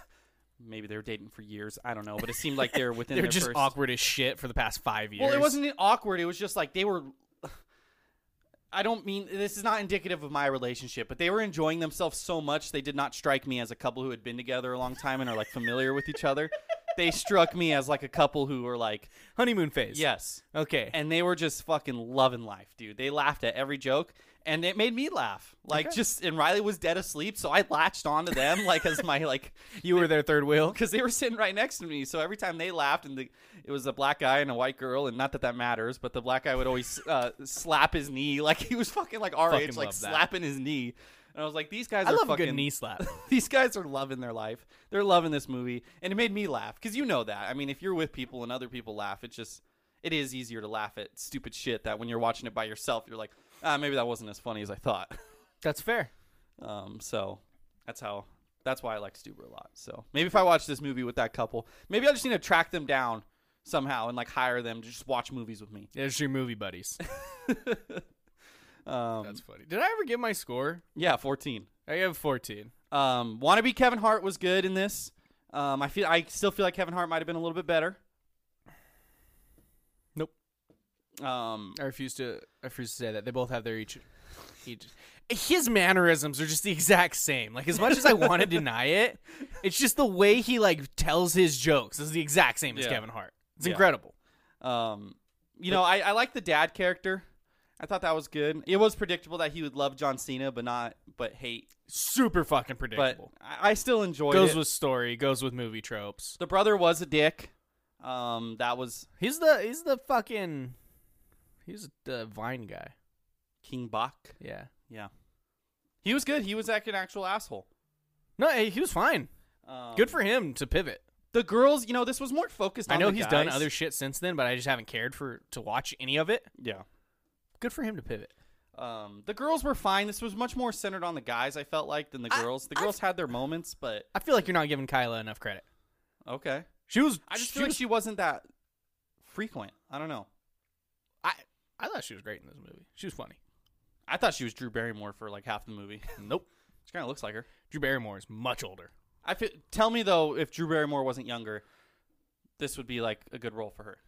[SPEAKER 1] Maybe they were dating for years. I don't know, but it seemed like they were within.
[SPEAKER 2] They're
[SPEAKER 1] their
[SPEAKER 2] just
[SPEAKER 1] first...
[SPEAKER 2] awkward as shit for the past five years.
[SPEAKER 1] Well, it wasn't awkward. It was just like they were. I don't mean this is not indicative of my relationship, but they were enjoying themselves so much they did not strike me as a couple who had been together a long time and are like familiar with each other. They struck me as like a couple who were like,
[SPEAKER 2] honeymoon phase.
[SPEAKER 1] yes,
[SPEAKER 2] Okay.
[SPEAKER 1] and they were just fucking loving life, dude. They laughed at every joke, and it made me laugh. Like just, and Riley was dead asleep, so I latched onto them like as my like
[SPEAKER 2] you were their third wheel.
[SPEAKER 1] because they were sitting right next to me. So every time they laughed, and the, it was a black guy and a white girl, and not that that matters, but the black guy would always uh, slap his knee like he was fucking like our
[SPEAKER 2] Fucking
[SPEAKER 1] age, like
[SPEAKER 2] love that.
[SPEAKER 1] slapping his knee. And I was like, these guys
[SPEAKER 2] I
[SPEAKER 1] are
[SPEAKER 2] love
[SPEAKER 1] fucking
[SPEAKER 2] a good knee slap.
[SPEAKER 1] these guys are loving their life. They're loving this movie, and it made me laugh because you know that. I mean, if you're with people and other people laugh, it's just it is easier to laugh at stupid shit that when you're watching it by yourself, you're like, ah, maybe that wasn't as funny as I thought.
[SPEAKER 2] That's fair.
[SPEAKER 1] Um, so that's how that's why I like Stuber a lot. So maybe if I watch this movie with that couple, maybe I just need to track them down somehow and like hire them to just watch movies with me.
[SPEAKER 2] There's your movie buddies.
[SPEAKER 1] Um,
[SPEAKER 2] That's funny. Did I ever give my score?
[SPEAKER 1] yeah, fourteen.
[SPEAKER 2] I have 14.
[SPEAKER 1] Um, wannabe Kevin Hart was good in this. Um, I feel I still feel like Kevin Hart might have been a little bit better.
[SPEAKER 2] Nope. Er,
[SPEAKER 1] Um,
[SPEAKER 2] I refuse to. I refuse to say that. They both have their each. each his mannerisms are just the exact same. Like as much as I want to deny it, it's just the way he like tells his jokes is the exact same as
[SPEAKER 1] Yeah.
[SPEAKER 2] Kevin Hart. It's
[SPEAKER 1] Yeah.
[SPEAKER 2] incredible.
[SPEAKER 1] um, you know, I, I like the dad character. I thought that was good. It was predictable that he would love John Cena, but not, but hate.
[SPEAKER 2] Super fucking
[SPEAKER 1] But
[SPEAKER 2] predictable.
[SPEAKER 1] I, I still enjoyed
[SPEAKER 2] goes
[SPEAKER 1] it.
[SPEAKER 2] with story. Goes with movie tropes.
[SPEAKER 1] The brother was a dick. Um, that was
[SPEAKER 2] He's the he's the fucking he's the Vine guy.
[SPEAKER 1] King Bach.
[SPEAKER 2] Yeah.
[SPEAKER 1] Yeah, he was good. He was like an actual asshole.
[SPEAKER 2] No, hey, he was fine.
[SPEAKER 1] Um,
[SPEAKER 2] Good for him to pivot.
[SPEAKER 1] the girls. You know, this was more focused. on
[SPEAKER 2] I know
[SPEAKER 1] the
[SPEAKER 2] he's done
[SPEAKER 1] guys.
[SPEAKER 2] other shit since then, but I just haven't cared for to watch any of it.
[SPEAKER 1] yeah.
[SPEAKER 2] Good for him to pivot.
[SPEAKER 1] Um, the girls were fine. This was much more centered on the guys. I felt like than the
[SPEAKER 2] I-
[SPEAKER 1] girls. the girls had their moments, but
[SPEAKER 2] I feel like you're not giving Kyla enough credit.
[SPEAKER 1] okay.
[SPEAKER 2] She was.
[SPEAKER 1] I just feel like
[SPEAKER 2] was-
[SPEAKER 1] she wasn't that frequent. I don't know.
[SPEAKER 2] I I thought she was great in this movie. She was funny.
[SPEAKER 1] I thought she was Drew Barrymore for like half the movie.
[SPEAKER 2] Nope.
[SPEAKER 1] she kind of looks like her.
[SPEAKER 2] Drew Barrymore is much older.
[SPEAKER 1] I feel, tell me though, if Drew Barrymore wasn't younger, this would be like a good role for her.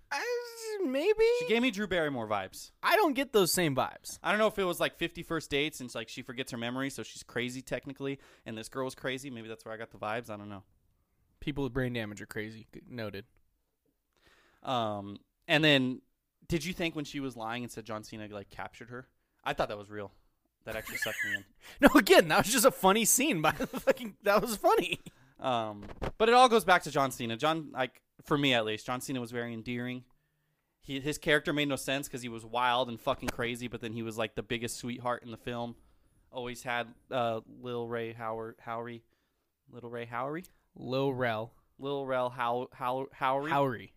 [SPEAKER 2] maybe.
[SPEAKER 1] She gave me Drew Barrymore vibes.
[SPEAKER 2] I don't get those same vibes.
[SPEAKER 1] I don't know if it was like 50 first dates and it's like she forgets her memory, so she's crazy technically, and this girl was crazy. Maybe that's where I got the vibes. I don't know.
[SPEAKER 2] People with brain damage are crazy. Good- Noted.
[SPEAKER 1] Um, and then, did you think when she was lying and said John Cena like captured her? I thought that was real. That actually sucked me in.
[SPEAKER 2] No, again, that was just a funny scene by the fucking. That was funny.
[SPEAKER 1] Um, but it all goes back to John Cena. John, like for me at least, John Cena was very endearing. He, his character made no sense because he was wild and fucking crazy, but then he was like the biggest sweetheart in the film. Always had uh, Lil Ray Howard, Howery, Little Ray Howery,
[SPEAKER 2] Low rel.
[SPEAKER 1] Lil Rel How How Howery,
[SPEAKER 2] Howery.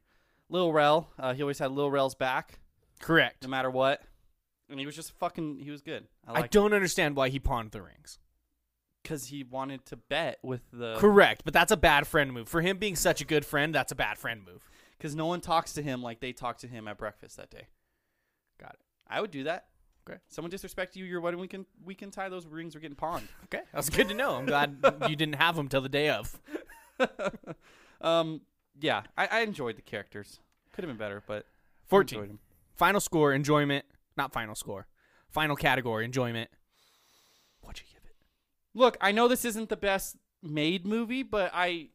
[SPEAKER 1] Lil Rel. Uh, he always had Lil Rel's back,
[SPEAKER 2] Correct.
[SPEAKER 1] no matter what. And he was just fucking. He was good. I,
[SPEAKER 2] I
[SPEAKER 1] liked
[SPEAKER 2] don't understand why he pawned the rings.
[SPEAKER 1] because he wanted to bet with the
[SPEAKER 2] Correct, but that's a bad friend move. For him being such a good friend, that's a bad friend move.
[SPEAKER 1] because no one talks to him like they talked to him at breakfast that day.
[SPEAKER 2] Got it.
[SPEAKER 1] I would do that.
[SPEAKER 2] Okay.
[SPEAKER 1] Someone disrespect you, you're what we can we can tie those rings. We're getting pawned.
[SPEAKER 2] Okay, that's good to know. I'm glad you didn't have him till the day of.
[SPEAKER 1] um, yeah, I, I enjoyed the characters. Could have been better, but I enjoyed
[SPEAKER 2] 14.
[SPEAKER 1] 'em.
[SPEAKER 2] Final score, enjoyment. Not final score. Final category, enjoyment. What'd you give it?
[SPEAKER 1] Look, I know this isn't the best made movie, but I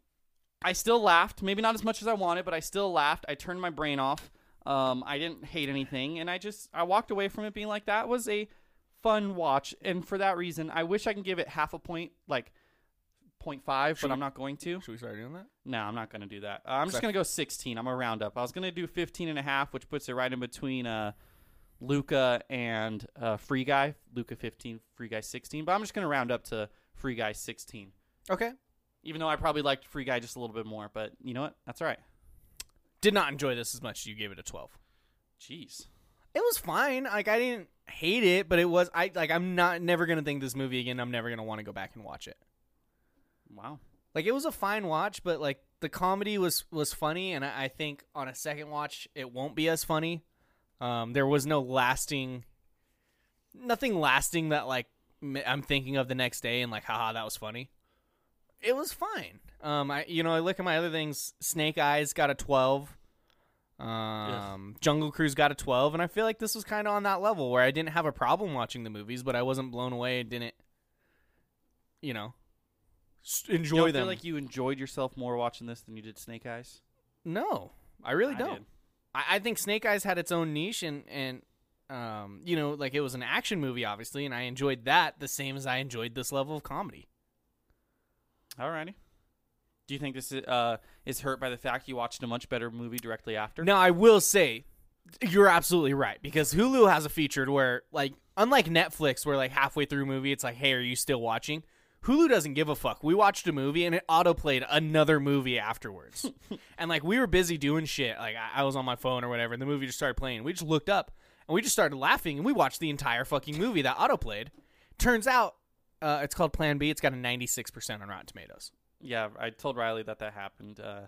[SPEAKER 1] I still laughed. Maybe not as much as I wanted, but I still laughed. I turned my brain off. Um, I didn't hate anything, and I just I walked away from it being like that was a fun watch, and for that reason, I wish I can give it half a point, like 0.5, but I'm not going to.
[SPEAKER 2] Should we start doing that?
[SPEAKER 1] No, I'm not going to do that. Uh, I'm just going to go 16. I'm going to round up. I was going to do 15 and a half, which puts it right in between uh, Luca and uh, Free Guy. Luca 15, Free Guy 16. But I'm just going to round up to Free Guy 16.
[SPEAKER 2] Okay.
[SPEAKER 1] Even though I probably liked Free Guy just a little bit more. But you know what? That's all right.
[SPEAKER 2] Did not enjoy this as much as you gave it a 12.
[SPEAKER 1] Jeez.
[SPEAKER 2] It was fine. Like I didn't hate it, but it was I like I'm not never going to think this movie again. I'm never going to want to go back and watch it.
[SPEAKER 1] Wow.
[SPEAKER 2] Like it was a fine watch, but like the comedy was was funny, and I, I think on a second watch it won't be as funny. Um, there was no lasting, nothing lasting that like m- I'm thinking of the next day and like, haha, that was funny. It was fine. Um, I you know I look at my other things. Snake Eyes got a twelve. Um, Jungle Cruise got a twelve, and I feel like this was kind of on that level where I didn't have a problem watching the movies, but I wasn't blown away. I didn't, you know, s-
[SPEAKER 1] You
[SPEAKER 2] enjoy
[SPEAKER 1] don't
[SPEAKER 2] them.
[SPEAKER 1] feel like you enjoyed yourself more watching this than you did Snake Eyes?
[SPEAKER 2] No, I really
[SPEAKER 1] I
[SPEAKER 2] don't.
[SPEAKER 1] did.
[SPEAKER 2] I, I think Snake Eyes had its own niche, and and um, you know, like it was an action movie, obviously, and I enjoyed that the same as I enjoyed this level of comedy.
[SPEAKER 1] Alrighty. Do you think this is, uh, is hurt by the fact you watched a much better movie directly after?
[SPEAKER 2] Now, I will say, you're absolutely right because Hulu has a feature to where, like, unlike Netflix, where like halfway through a movie, it's like, hey, are you still watching? Hulu doesn't give a fuck. We watched a movie and it autoplayed another movie afterwards. and like we were busy doing shit. Like I, I was on my phone or whatever, and the movie just started playing. We just looked up and we just started laughing and we watched the entire fucking movie that autoplayed. Turns out uh, it's called Plan B. It's got a 96% on Rotten Tomatoes.
[SPEAKER 1] Yeah, I told Riley that that happened, uh,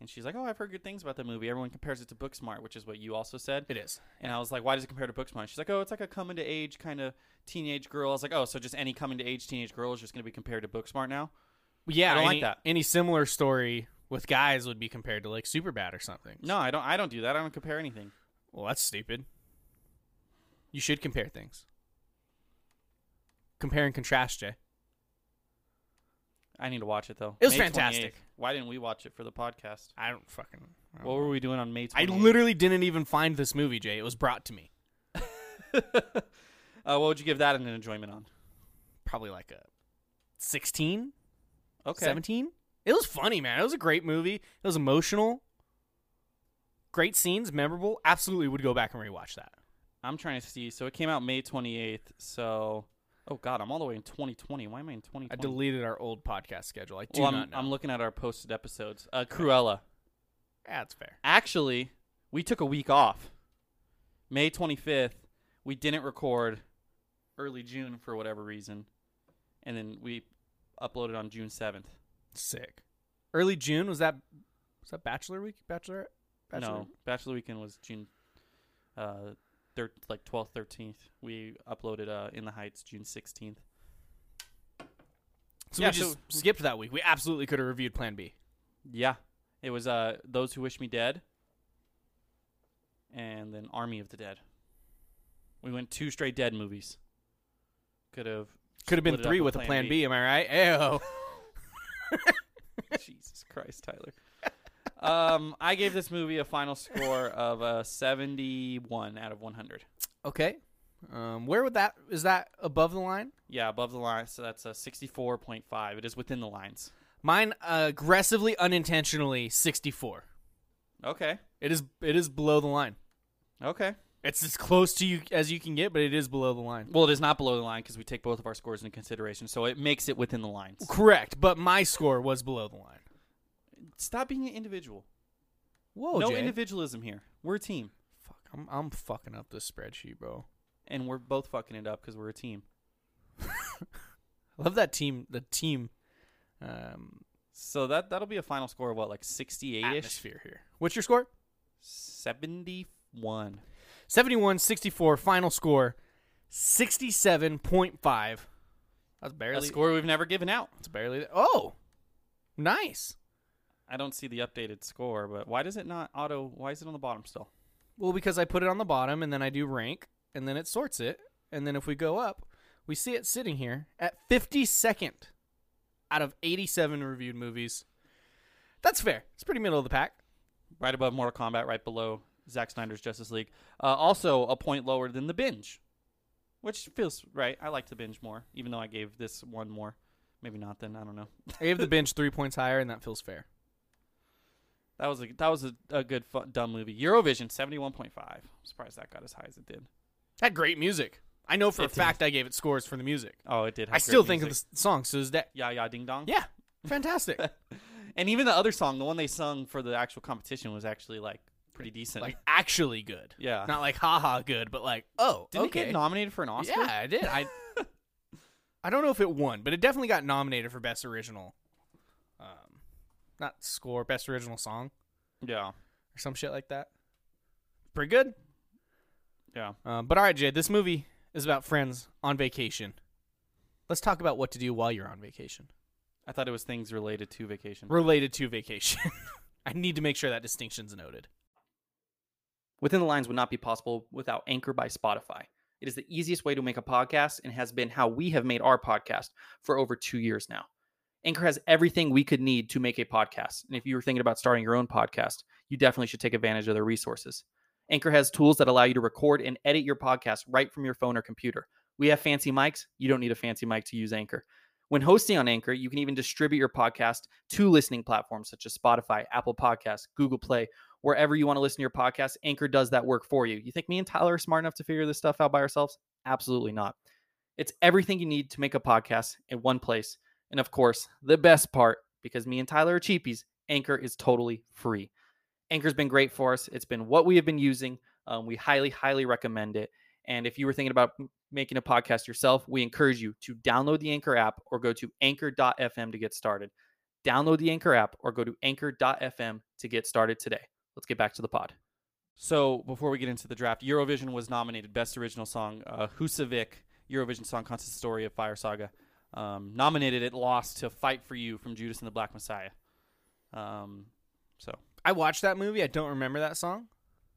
[SPEAKER 1] and she's like, "Oh, I've heard good things about the movie. Everyone compares it to Booksmart, which is what you also said."
[SPEAKER 2] It is.
[SPEAKER 1] And I was like, "Why does it compare to Booksmart?" She's like, "Oh, it's like a coming to age kind of teenage girl." I was like, "Oh, so just any coming to age teenage girl is just going to be compared to Booksmart now?"
[SPEAKER 2] Yeah,
[SPEAKER 1] I don't like
[SPEAKER 2] any-
[SPEAKER 1] that.
[SPEAKER 2] Any similar story with guys would be compared to like Superbad or something.
[SPEAKER 1] No, I don't. I don't do that. I don't compare anything.
[SPEAKER 2] Well, that's stupid. You should compare things. Compare and contrast, Jay.
[SPEAKER 1] I need to watch it though.
[SPEAKER 2] It was
[SPEAKER 1] 28th.
[SPEAKER 2] fantastic.
[SPEAKER 1] Why didn't we watch it for the podcast?
[SPEAKER 2] I don't fucking. I,
[SPEAKER 1] What
[SPEAKER 2] don't-
[SPEAKER 1] were we doing on May? 28th?
[SPEAKER 2] I literally didn't even find this movie, Jay. It was brought to me.
[SPEAKER 1] uh, what would you give that an enjoyment on?
[SPEAKER 2] Probably like a 16,
[SPEAKER 1] Okay.
[SPEAKER 2] 17. It was funny, man. It was a great movie. It was emotional. Great scenes, memorable. Absolutely would go back and rewatch that.
[SPEAKER 1] I'm trying to see. So it came out May 28th. So, oh god, I'm all the way in 2020. Why am I in 2020?
[SPEAKER 2] I deleted our old podcast schedule. I do
[SPEAKER 1] well, I'm,
[SPEAKER 2] not know.
[SPEAKER 1] I'm looking at our posted episodes. Uh, Cruella.
[SPEAKER 2] That's fair.
[SPEAKER 1] Actually, we took a week off. May 25th, we didn't record early June for whatever reason. And then we uploaded on June 7th.
[SPEAKER 2] Sick. Early June was that? Was that Bachelor Week? Bachelorette? Bachelor?
[SPEAKER 1] No, Bachelor Weekend was June uh, thir- like 12th, 13th. We uploaded uh, In the Heights June 16th.
[SPEAKER 2] So
[SPEAKER 1] Yeah,
[SPEAKER 2] we just
[SPEAKER 1] so-
[SPEAKER 2] skipped that week. We absolutely could have reviewed Plan B.
[SPEAKER 1] Yeah. It was uh, Those Who Wish Me Dead and then Army of the Dead. We went two straight dead movies. Could have
[SPEAKER 2] Could have been
[SPEAKER 1] split it up
[SPEAKER 2] three with a Plan B. Am I right? Ew.
[SPEAKER 1] Jesus Christ, Tyler. Um, I gave this movie a final score of a 71 out of 100.
[SPEAKER 2] Okay. Um, where would that is that above the line?
[SPEAKER 1] Yeah, above the line, so that's uh, a 64.5. It is within the lines.
[SPEAKER 2] Mine aggressively, unintentionally, sixty-four.
[SPEAKER 1] Okay.
[SPEAKER 2] It is it is below the line.
[SPEAKER 1] Okay.
[SPEAKER 2] It's as close to you as you can get, but it is below the line.
[SPEAKER 1] Well, it is not below the line because we take both of our scores into consideration, so it makes it within the lines.
[SPEAKER 2] Correct, but my score was below the line.
[SPEAKER 1] Stop being an individual.
[SPEAKER 2] Whoa,
[SPEAKER 1] no
[SPEAKER 2] Jay.
[SPEAKER 1] individualism here. We're a team,
[SPEAKER 2] Fuck, I'm I'm fucking up this spreadsheet, bro.
[SPEAKER 1] and we're both fucking it up because we're a team.
[SPEAKER 2] I love that team. The team um,
[SPEAKER 1] So that that'll be a final score of what, like 68ish,
[SPEAKER 2] atmosphere here. What's your score?
[SPEAKER 1] 71.
[SPEAKER 2] 71 64 final score 67.5 that's
[SPEAKER 1] A
[SPEAKER 2] barely
[SPEAKER 1] score we've never given out.
[SPEAKER 2] that's barely oh nice
[SPEAKER 1] I don't see the updated score, but why does it not auto? Why is it on the bottom still?
[SPEAKER 2] well because i put it on the bottom and then i do rank and then it sorts it and then if we go up we see it sitting here at 52nd out of 87 reviewed movies that's fair it's pretty middle of the pack
[SPEAKER 1] Right above Mortal Kombat, right below Zack Snyder's Justice League. Uh, also, a point lower than the binge, which feels right. I like the binge more, even though I gave this one more. Maybe not. Then I don't know.
[SPEAKER 2] i gave the bench three points higher and that feels fair
[SPEAKER 1] That was a that was a, a good fun, dumb movie. Eurovision seventy one point five. I'm surprised that got as high as it did.
[SPEAKER 2] had great music i know for
[SPEAKER 1] It
[SPEAKER 2] a
[SPEAKER 1] did.
[SPEAKER 2] fact i gave it scores for the music
[SPEAKER 1] Oh, it did. Have
[SPEAKER 2] i still
[SPEAKER 1] great
[SPEAKER 2] think of
[SPEAKER 1] music.
[SPEAKER 2] the s- song so is that
[SPEAKER 1] Yeah, yeah, ding dong.
[SPEAKER 2] yeah fantastic
[SPEAKER 1] and even the other song, the one they sung for the actual competition, was actually like pretty decent.
[SPEAKER 2] like actually good.
[SPEAKER 1] Yeah.
[SPEAKER 2] Not like haha good, but like oh,
[SPEAKER 1] didn't
[SPEAKER 2] okay.
[SPEAKER 1] it get nominated for an Oscar?
[SPEAKER 2] Yeah, I did. I I don't know if it won, but it definitely got nominated for best original, um, not score, best original song
[SPEAKER 1] yeah,
[SPEAKER 2] or some shit like that. Pretty good.
[SPEAKER 1] yeah.
[SPEAKER 2] Um, but all right, Jay, this movie is about friends on vacation. Let's talk about what to do while you're on vacation,
[SPEAKER 1] I thought it was things related to vacation.
[SPEAKER 2] related to vacation. I need to make sure that distinction's noted.
[SPEAKER 1] Within the Lines would not be possible without Anchor by Spotify. It is the easiest way to make a podcast and has been how we have made our podcast for over two years now. Anchor has everything we could need to make a podcast. And if you were thinking about starting your own podcast, you definitely should take advantage of their resources. Anchor has tools that allow you to record and edit your podcast right from your phone or computer. We have fancy mics. You don't need a fancy mic to use Anchor. When hosting on Anchor, you can even distribute your podcast to listening platforms such as Spotify, Apple Podcasts, Google Play, wherever you want to listen to your podcast, Anchor does that work for you. You think me and Tyler are smart enough to figure this stuff out by ourselves? Absolutely not. It's everything you need to make a podcast in one place. And of course, the best part, because me and Tyler are cheapies, Anchor is totally free. Anchor's been great for us. It's been what we have been using. Um, we highly, highly recommend it. And if you were thinking about m- making a podcast yourself, we encourage you to download the Anchor app or go to anchor.fm to get started. Download the Anchor app or go to anchor.fm to get started today let's get back to the pod. So before we get into the draft, Eurovision was nominated Best Original Song. Uh, Husavik, Eurovision Song Contest Story of Fire Saga, um, nominated it, lost to Fight for You from Judas and the Black Messiah. Um, so
[SPEAKER 2] I watched that movie. I don't remember that song.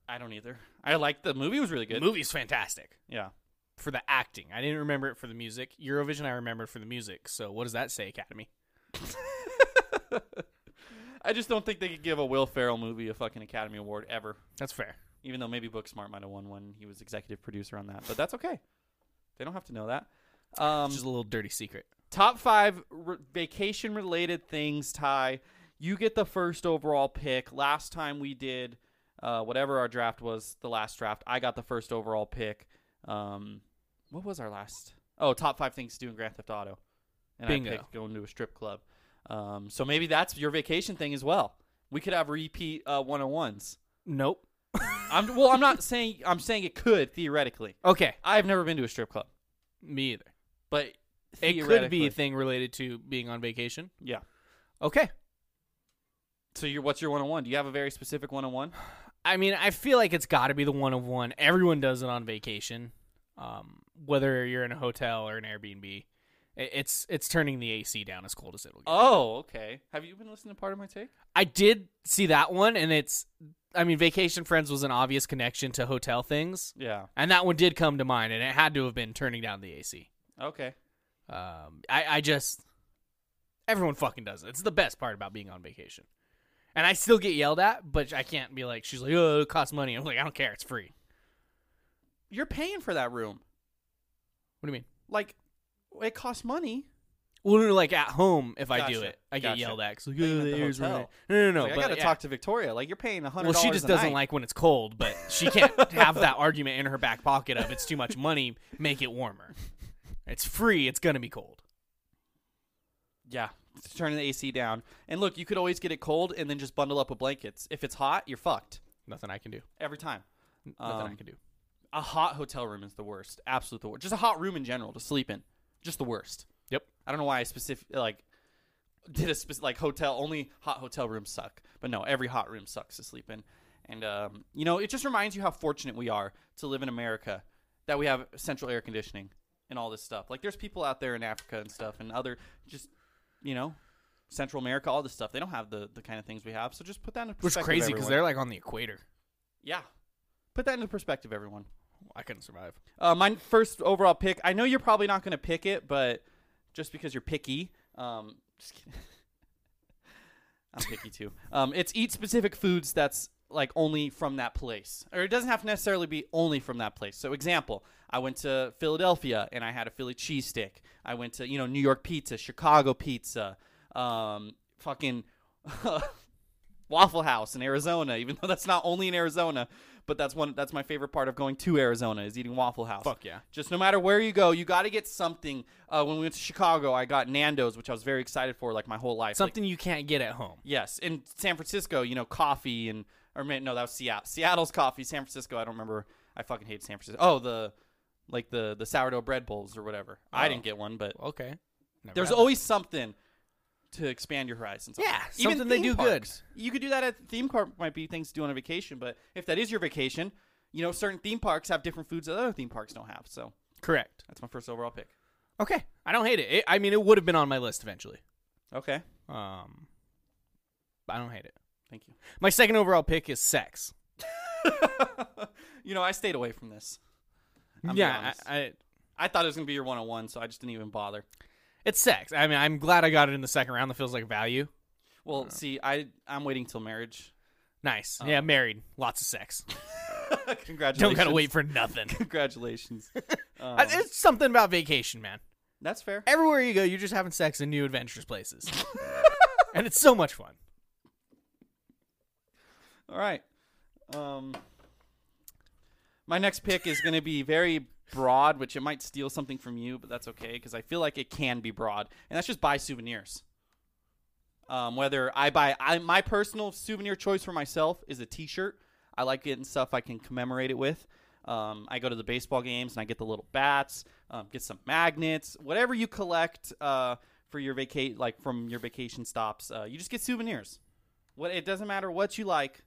[SPEAKER 1] I don't either. I liked the movie; was really
[SPEAKER 2] The
[SPEAKER 1] good.
[SPEAKER 2] movie's fantastic.
[SPEAKER 1] Yeah,
[SPEAKER 2] for the acting. I didn't remember it for the music. Eurovision, I remember for the music. So what does that say, Academy?
[SPEAKER 1] I just don't think they could give a Will Ferrell movie a fucking Academy Award ever.
[SPEAKER 2] That's fair.
[SPEAKER 1] even though maybe Booksmart might have won one. He was executive producer on that, but that's okay. They don't have to know that. Um,
[SPEAKER 2] It's just a little dirty secret.
[SPEAKER 1] Top five re- vacation related things, Ty. You get the first overall pick. Last time we did uh, whatever our draft was, the last draft, I got the first overall pick. Um, what was our last? Oh, top five things to do in Grand Theft Auto. And
[SPEAKER 2] Bingo.
[SPEAKER 1] I picked going to a strip club. Um, so maybe that's your vacation thing as well. We could have repeat uh, 101s.
[SPEAKER 2] Nope.
[SPEAKER 1] I'm, well, I'm not saying, I'm saying it could theoretically.
[SPEAKER 2] Okay.
[SPEAKER 1] I've never been to a strip club,
[SPEAKER 2] Me either.
[SPEAKER 1] but
[SPEAKER 2] It could be
[SPEAKER 1] theoretically-
[SPEAKER 2] a thing related to being on vacation.
[SPEAKER 1] Yeah.
[SPEAKER 2] Okay.
[SPEAKER 1] So your what's your 101? Do you have a very specific 101?
[SPEAKER 2] I mean, I feel like it's got to be the one of one. Everyone does it on vacation, um, whether you're in a hotel or an Airbnb. I- It's it's turning the AC down as cold as it will get.
[SPEAKER 1] Oh, okay. Have you been listening to part of my take?
[SPEAKER 2] I did see that one, and it's. I mean, Vacation Friends was an obvious connection to hotel things.
[SPEAKER 1] Yeah.
[SPEAKER 2] And that one did come to mind, and it had to have been turning down the AC.
[SPEAKER 1] Okay.
[SPEAKER 2] Um, I, I just Everyone fucking does it. It's the best part about being on vacation. And I still get yelled at, but I can't be like, she's like, oh, it costs money. I'm like, I don't care. It's free.
[SPEAKER 1] You're paying for that room.
[SPEAKER 2] What do you mean?
[SPEAKER 1] Like, it costs money.
[SPEAKER 2] Well, no, like at home, if I do
[SPEAKER 1] Gotcha.
[SPEAKER 2] it, I get
[SPEAKER 1] Gotcha.
[SPEAKER 2] yelled at. 'cause, like,
[SPEAKER 1] But even
[SPEAKER 2] "Oh,
[SPEAKER 1] at
[SPEAKER 2] the
[SPEAKER 1] the
[SPEAKER 2] air's running
[SPEAKER 1] hotel.
[SPEAKER 2] out." No, no, no.
[SPEAKER 1] Like,
[SPEAKER 2] but
[SPEAKER 1] I gotta
[SPEAKER 2] yeah.
[SPEAKER 1] talk to Victoria. Like, you're paying a hundred.
[SPEAKER 2] Well, she just
[SPEAKER 1] a
[SPEAKER 2] doesn't
[SPEAKER 1] night.
[SPEAKER 2] like when it's cold, but she can't have that argument in her back pocket of it's too much money, make it warmer. It's free, it's gonna be cold.
[SPEAKER 1] Yeah, it's turning the AC down. And look, you could always get it cold and then just bundle up with blankets. If it's hot, you're fucked
[SPEAKER 2] Nothing I can do.
[SPEAKER 1] every time.
[SPEAKER 2] Nothing I
[SPEAKER 1] Um,
[SPEAKER 2] can do.
[SPEAKER 1] A hot hotel room is the worst. Absolute the worst. Just a hot room in general to sleep in. Just the worst.
[SPEAKER 2] Yep.
[SPEAKER 1] I don't know why I specific like did a specific like hotel only hot hotel rooms suck, but no, every hot room sucks to sleep in. And um, you know, it just reminds you how fortunate we are to live in America that we have central air conditioning and all this stuff. Like there's people out there in Africa and stuff and other just you know, Central America, all this stuff. They don't have the the kind of things we have. So just put that in
[SPEAKER 2] Which
[SPEAKER 1] perspective.
[SPEAKER 2] is crazy because
[SPEAKER 1] everyone.
[SPEAKER 2] they're like on the equator.
[SPEAKER 1] yeah. Put that into perspective, everyone.
[SPEAKER 2] I couldn't survive.
[SPEAKER 1] Uh, my first overall pick. I know you're probably not going to pick it, but just because you're picky, um, just kidding. I'm picky too. Um, it's eat specific foods that's like only from that place, or it doesn't have to necessarily be only from that place. So, example, I went to Philadelphia and I had a Philly cheesesteak. I went to you know New York pizza, Chicago pizza, um, fucking. Waffle House in Arizona, even though that's not only in Arizona, but that's one that's my favorite part of going to Arizona is eating Waffle House.
[SPEAKER 2] Fuck yeah.
[SPEAKER 1] Just no matter where you go, you got to get something. Uh, when we went to Chicago, I got Nando's, which I was very excited for like my whole life. Like,
[SPEAKER 2] Something you can't get at home.
[SPEAKER 1] Yes, in San Francisco, you know, coffee and or ma- no, that was Seattle. Seattle's coffee. San Francisco, I don't remember. I fucking hate San Francisco. Oh, the like the the sourdough bread bowls or whatever. I
[SPEAKER 2] Oh.
[SPEAKER 1] didn't get one, but
[SPEAKER 2] Okay. Never
[SPEAKER 1] there's
[SPEAKER 2] had that.
[SPEAKER 1] always something to expand your horizons. on.
[SPEAKER 2] Yeah, something they
[SPEAKER 1] theme
[SPEAKER 2] do good.
[SPEAKER 1] parks. You could do that at theme park. Might be things to do on a vacation, but if that is your vacation, you know, certain theme parks have different foods that other theme parks don't have. So
[SPEAKER 2] correct.
[SPEAKER 1] that's my first overall pick.
[SPEAKER 2] Okay. I don't hate it. it I mean, it would have been on my list eventually.
[SPEAKER 1] Okay,
[SPEAKER 2] Um, I don't hate it.
[SPEAKER 1] thank you.
[SPEAKER 2] My second overall pick is sex.
[SPEAKER 1] You know, I stayed away from this. I'm be
[SPEAKER 2] yeah,
[SPEAKER 1] honest.
[SPEAKER 2] I, I,
[SPEAKER 1] I thought it was gonna be your 101, so I just didn't even bother.
[SPEAKER 2] it's sex. I mean, I'm glad I got it in the second round. That feels like value. Oh.
[SPEAKER 1] Well, see, I I'm waiting till marriage. Oh.
[SPEAKER 2] Nice. yeah, married. Lots of sex.
[SPEAKER 1] Congratulations.
[SPEAKER 2] Don't gotta wait for nothing.
[SPEAKER 1] Congratulations. Oh.
[SPEAKER 2] I- it's something about vacation, man.
[SPEAKER 1] That's fair.
[SPEAKER 2] Everywhere you go, you're just having sex in new adventurous places, and it's so much fun.
[SPEAKER 1] All right. Um, my next pick is going to be very broad, which it might steal something from you, but that's okay because I feel like it can be broad, and that's just buy souvenirs. Um, whether I buy I, my personal souvenir choice for myself is a T-shirt. I like getting stuff I can commemorate it with. Um, I go to the baseball games and I get the little bats, um, get some magnets, whatever you collect uh, for your vaca- like from your vacation stops. Uh, you just get souvenirs. What it doesn't matter what you like,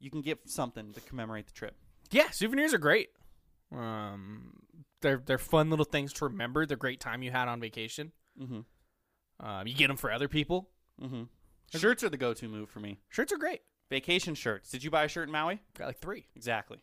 [SPEAKER 1] you can get something to commemorate the trip.
[SPEAKER 2] Yeah, souvenirs are great. Um, they're they're fun little things to remember. The great time you had on vacation.
[SPEAKER 1] Mhm.
[SPEAKER 2] Um, you get them for other people.
[SPEAKER 1] Shirts are the go-to move for me.
[SPEAKER 2] Shirts are great.
[SPEAKER 1] Vacation shirts. Did you buy a shirt in Maui?
[SPEAKER 2] Got like three.
[SPEAKER 1] Exactly.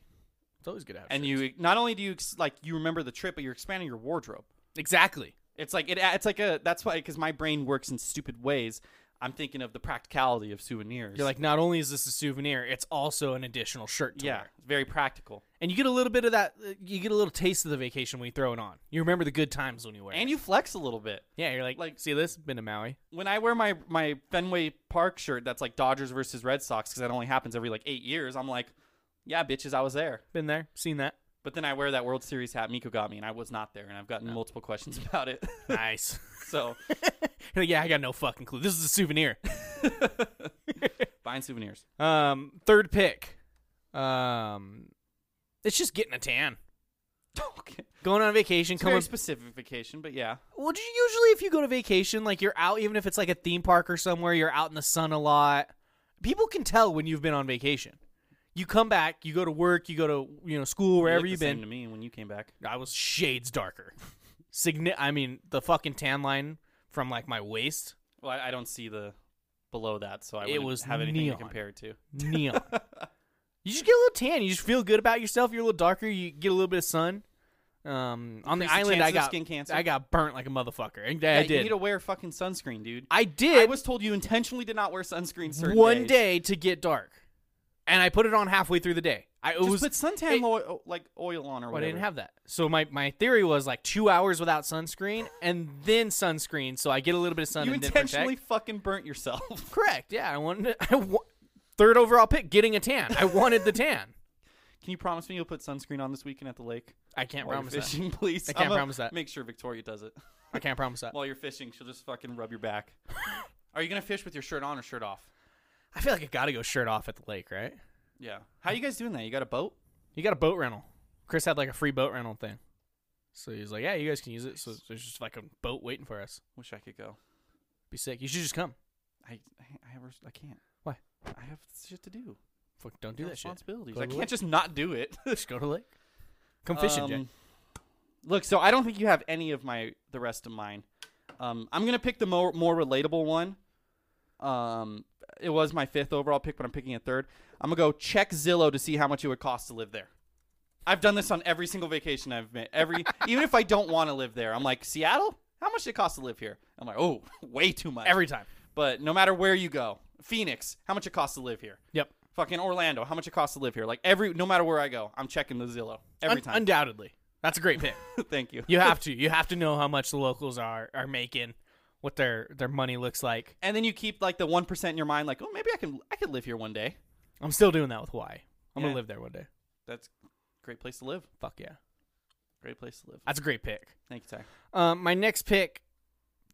[SPEAKER 2] It's always good to have.
[SPEAKER 1] And you
[SPEAKER 2] shirts.
[SPEAKER 1] e- not only do you ex- like you remember the trip, but you're expanding your wardrobe.
[SPEAKER 2] exactly.
[SPEAKER 1] It's like it. It's like a. That's why because my brain works in stupid ways. I'm thinking of the practicality of souvenirs.
[SPEAKER 2] You're like, not only is this a souvenir, it's also an additional shirt. To
[SPEAKER 1] yeah,
[SPEAKER 2] wear.
[SPEAKER 1] it's very practical.
[SPEAKER 2] and you get a little bit of that. uh, You get a little taste of the vacation when you throw it on. You remember the good times when you wear it.
[SPEAKER 1] And you flex a little bit.
[SPEAKER 2] yeah, you're like,
[SPEAKER 1] like-
[SPEAKER 2] like, see this? Been to Maui.
[SPEAKER 1] When I wear my my Fenway Park shirt, that's like Dodgers versus Red Sox because that only happens every like eight years. I'm like, yeah, bitches, I was there.
[SPEAKER 2] Been there. Seen that.
[SPEAKER 1] But then I wear that World Series hat Miko got me, and I was not there, and I've gotten multiple questions about it.
[SPEAKER 2] Nice.
[SPEAKER 1] so
[SPEAKER 2] You're like, yeah, I got no fucking clue. This is a souvenir.
[SPEAKER 1] buying souvenirs.
[SPEAKER 2] Um, third pick. Um, it's just getting a tan,
[SPEAKER 1] okay.
[SPEAKER 2] going on vacation,
[SPEAKER 1] It's
[SPEAKER 2] coming.
[SPEAKER 1] very specific vacation, but yeah.
[SPEAKER 2] well, ju- usually if you go to vacation, like you're out, even if it's like a theme park or somewhere, you're out in the sun a lot. People can tell when you've been on vacation. You come back, you go to work, you go to you know school, wherever
[SPEAKER 1] you
[SPEAKER 2] you've
[SPEAKER 1] looked the same
[SPEAKER 2] been.
[SPEAKER 1] to me when you came back.
[SPEAKER 2] I was shades darker. Signi- I mean, the fucking tan line from like my waist,
[SPEAKER 1] Well, I, I don't see the below that, so I
[SPEAKER 2] It
[SPEAKER 1] wouldn't
[SPEAKER 2] was
[SPEAKER 1] have anything
[SPEAKER 2] neon.
[SPEAKER 1] to compare it to.
[SPEAKER 2] neon. you just get a little tan. You just feel good about yourself. You're a little darker. You get a little bit of sun. Um, on the
[SPEAKER 1] Increase the
[SPEAKER 2] island,
[SPEAKER 1] chances
[SPEAKER 2] I
[SPEAKER 1] of
[SPEAKER 2] got
[SPEAKER 1] skin cancer?
[SPEAKER 2] I got burnt like a motherfucker. And
[SPEAKER 1] Yeah,
[SPEAKER 2] I
[SPEAKER 1] You
[SPEAKER 2] did.
[SPEAKER 1] need to wear fucking sunscreen, dude.
[SPEAKER 2] I did.
[SPEAKER 1] I was told you intentionally did not wear sunscreen certain
[SPEAKER 2] one
[SPEAKER 1] days.
[SPEAKER 2] day to get dark, and I put it on halfway through the day. I it
[SPEAKER 1] Just
[SPEAKER 2] was
[SPEAKER 1] put suntan
[SPEAKER 2] it-
[SPEAKER 1] oil, like oil on or
[SPEAKER 2] Well, I
[SPEAKER 1] whatever.
[SPEAKER 2] didn't have that. So my, my theory was like two hours without sunscreen and then sunscreen, so I get a little bit of sun.
[SPEAKER 1] You
[SPEAKER 2] and then
[SPEAKER 1] intentionally
[SPEAKER 2] protect.
[SPEAKER 1] fucking burnt yourself.
[SPEAKER 2] correct? Yeah, I wanted I wa- third overall pick, getting a tan. I wanted the tan.
[SPEAKER 1] Can you promise me you'll put sunscreen on this weekend at the lake?
[SPEAKER 2] I can't
[SPEAKER 1] while you're
[SPEAKER 2] promise that.
[SPEAKER 1] fishing, please.
[SPEAKER 2] I can't
[SPEAKER 1] I'ma
[SPEAKER 2] promise that.
[SPEAKER 1] Make sure Victoria does it.
[SPEAKER 2] I can't promise that.
[SPEAKER 1] While you're fishing, she'll just fucking rub your back. Are you gonna fish with your shirt on or shirt off?
[SPEAKER 2] I feel like I gotta go shirt off at the lake, right?
[SPEAKER 1] Yeah. How you guys doing that? You got a boat?
[SPEAKER 2] You got a boat rental. Chris had like a free boat rental thing, so he was like, "Yeah, you guys can use it." So there's just like a boat waiting for us.
[SPEAKER 1] Wish I could go.
[SPEAKER 2] Be sick. You should just come.
[SPEAKER 1] I I have res- I can't.
[SPEAKER 2] Why?
[SPEAKER 1] I have shit to do.
[SPEAKER 2] Fuck, don't do
[SPEAKER 1] Got
[SPEAKER 2] that shit.
[SPEAKER 1] responsibilities.
[SPEAKER 2] Go
[SPEAKER 1] I
[SPEAKER 2] to the
[SPEAKER 1] can't
[SPEAKER 2] lake.
[SPEAKER 1] just not do it.
[SPEAKER 2] just go to the lake. Come fishing, Jay.
[SPEAKER 1] Um, Look, so I don't think you have any of my the rest of mine. Um, I'm gonna pick the more more relatable one. Um, it was my fifth overall pick, but I'm picking a third. I'm gonna go check Zillow to see how much it would cost to live there. I've done this on every single vacation I've been. Every even if I don't want to live there, I'm like Seattle. How much did it cost to live here? I'm like, oh, way too much.
[SPEAKER 2] Every time.
[SPEAKER 1] but no matter where you go, Phoenix, how much it costs to live here?
[SPEAKER 2] Yep.
[SPEAKER 1] Fucking Orlando, how much it costs to live here? Like every, no matter where I go, I'm checking the Zillow every
[SPEAKER 2] Un-
[SPEAKER 1] time.
[SPEAKER 2] Undoubtedly, that's a great pick.
[SPEAKER 1] Thank you.
[SPEAKER 2] You have to. You have to know how much the locals are are making, what their their money looks like.
[SPEAKER 1] and then you keep like the one percent in your mind, like, oh, maybe I can, I could live here one day.
[SPEAKER 2] I'm still doing that with Hawaii. I'm
[SPEAKER 1] Yeah.
[SPEAKER 2] gonna live there one day.
[SPEAKER 1] That's a great place to live.
[SPEAKER 2] Fuck yeah,
[SPEAKER 1] Great place to live.
[SPEAKER 2] that's a great pick.
[SPEAKER 1] Thank you, Ty.
[SPEAKER 2] Um, my next pick.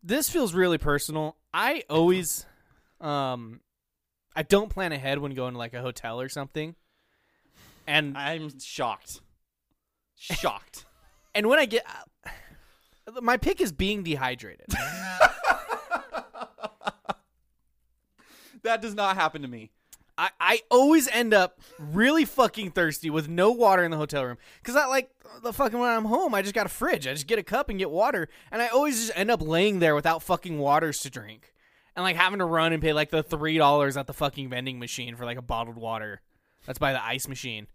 [SPEAKER 2] This feels really personal. I always, um, I don't plan ahead when going to like a hotel or something, and
[SPEAKER 1] I'm shocked. Shocked.
[SPEAKER 2] and when I get, uh, my pick is being dehydrated.
[SPEAKER 1] that does not happen to me.
[SPEAKER 2] I, I always end up really fucking thirsty with no water in the hotel room because I like the fucking when I'm home I just got a fridge I just get a cup and get water and I always just end up laying there without fucking waters to drink and like having to run and pay like the three dollars at the fucking vending machine for like a bottled water that's by the ice machine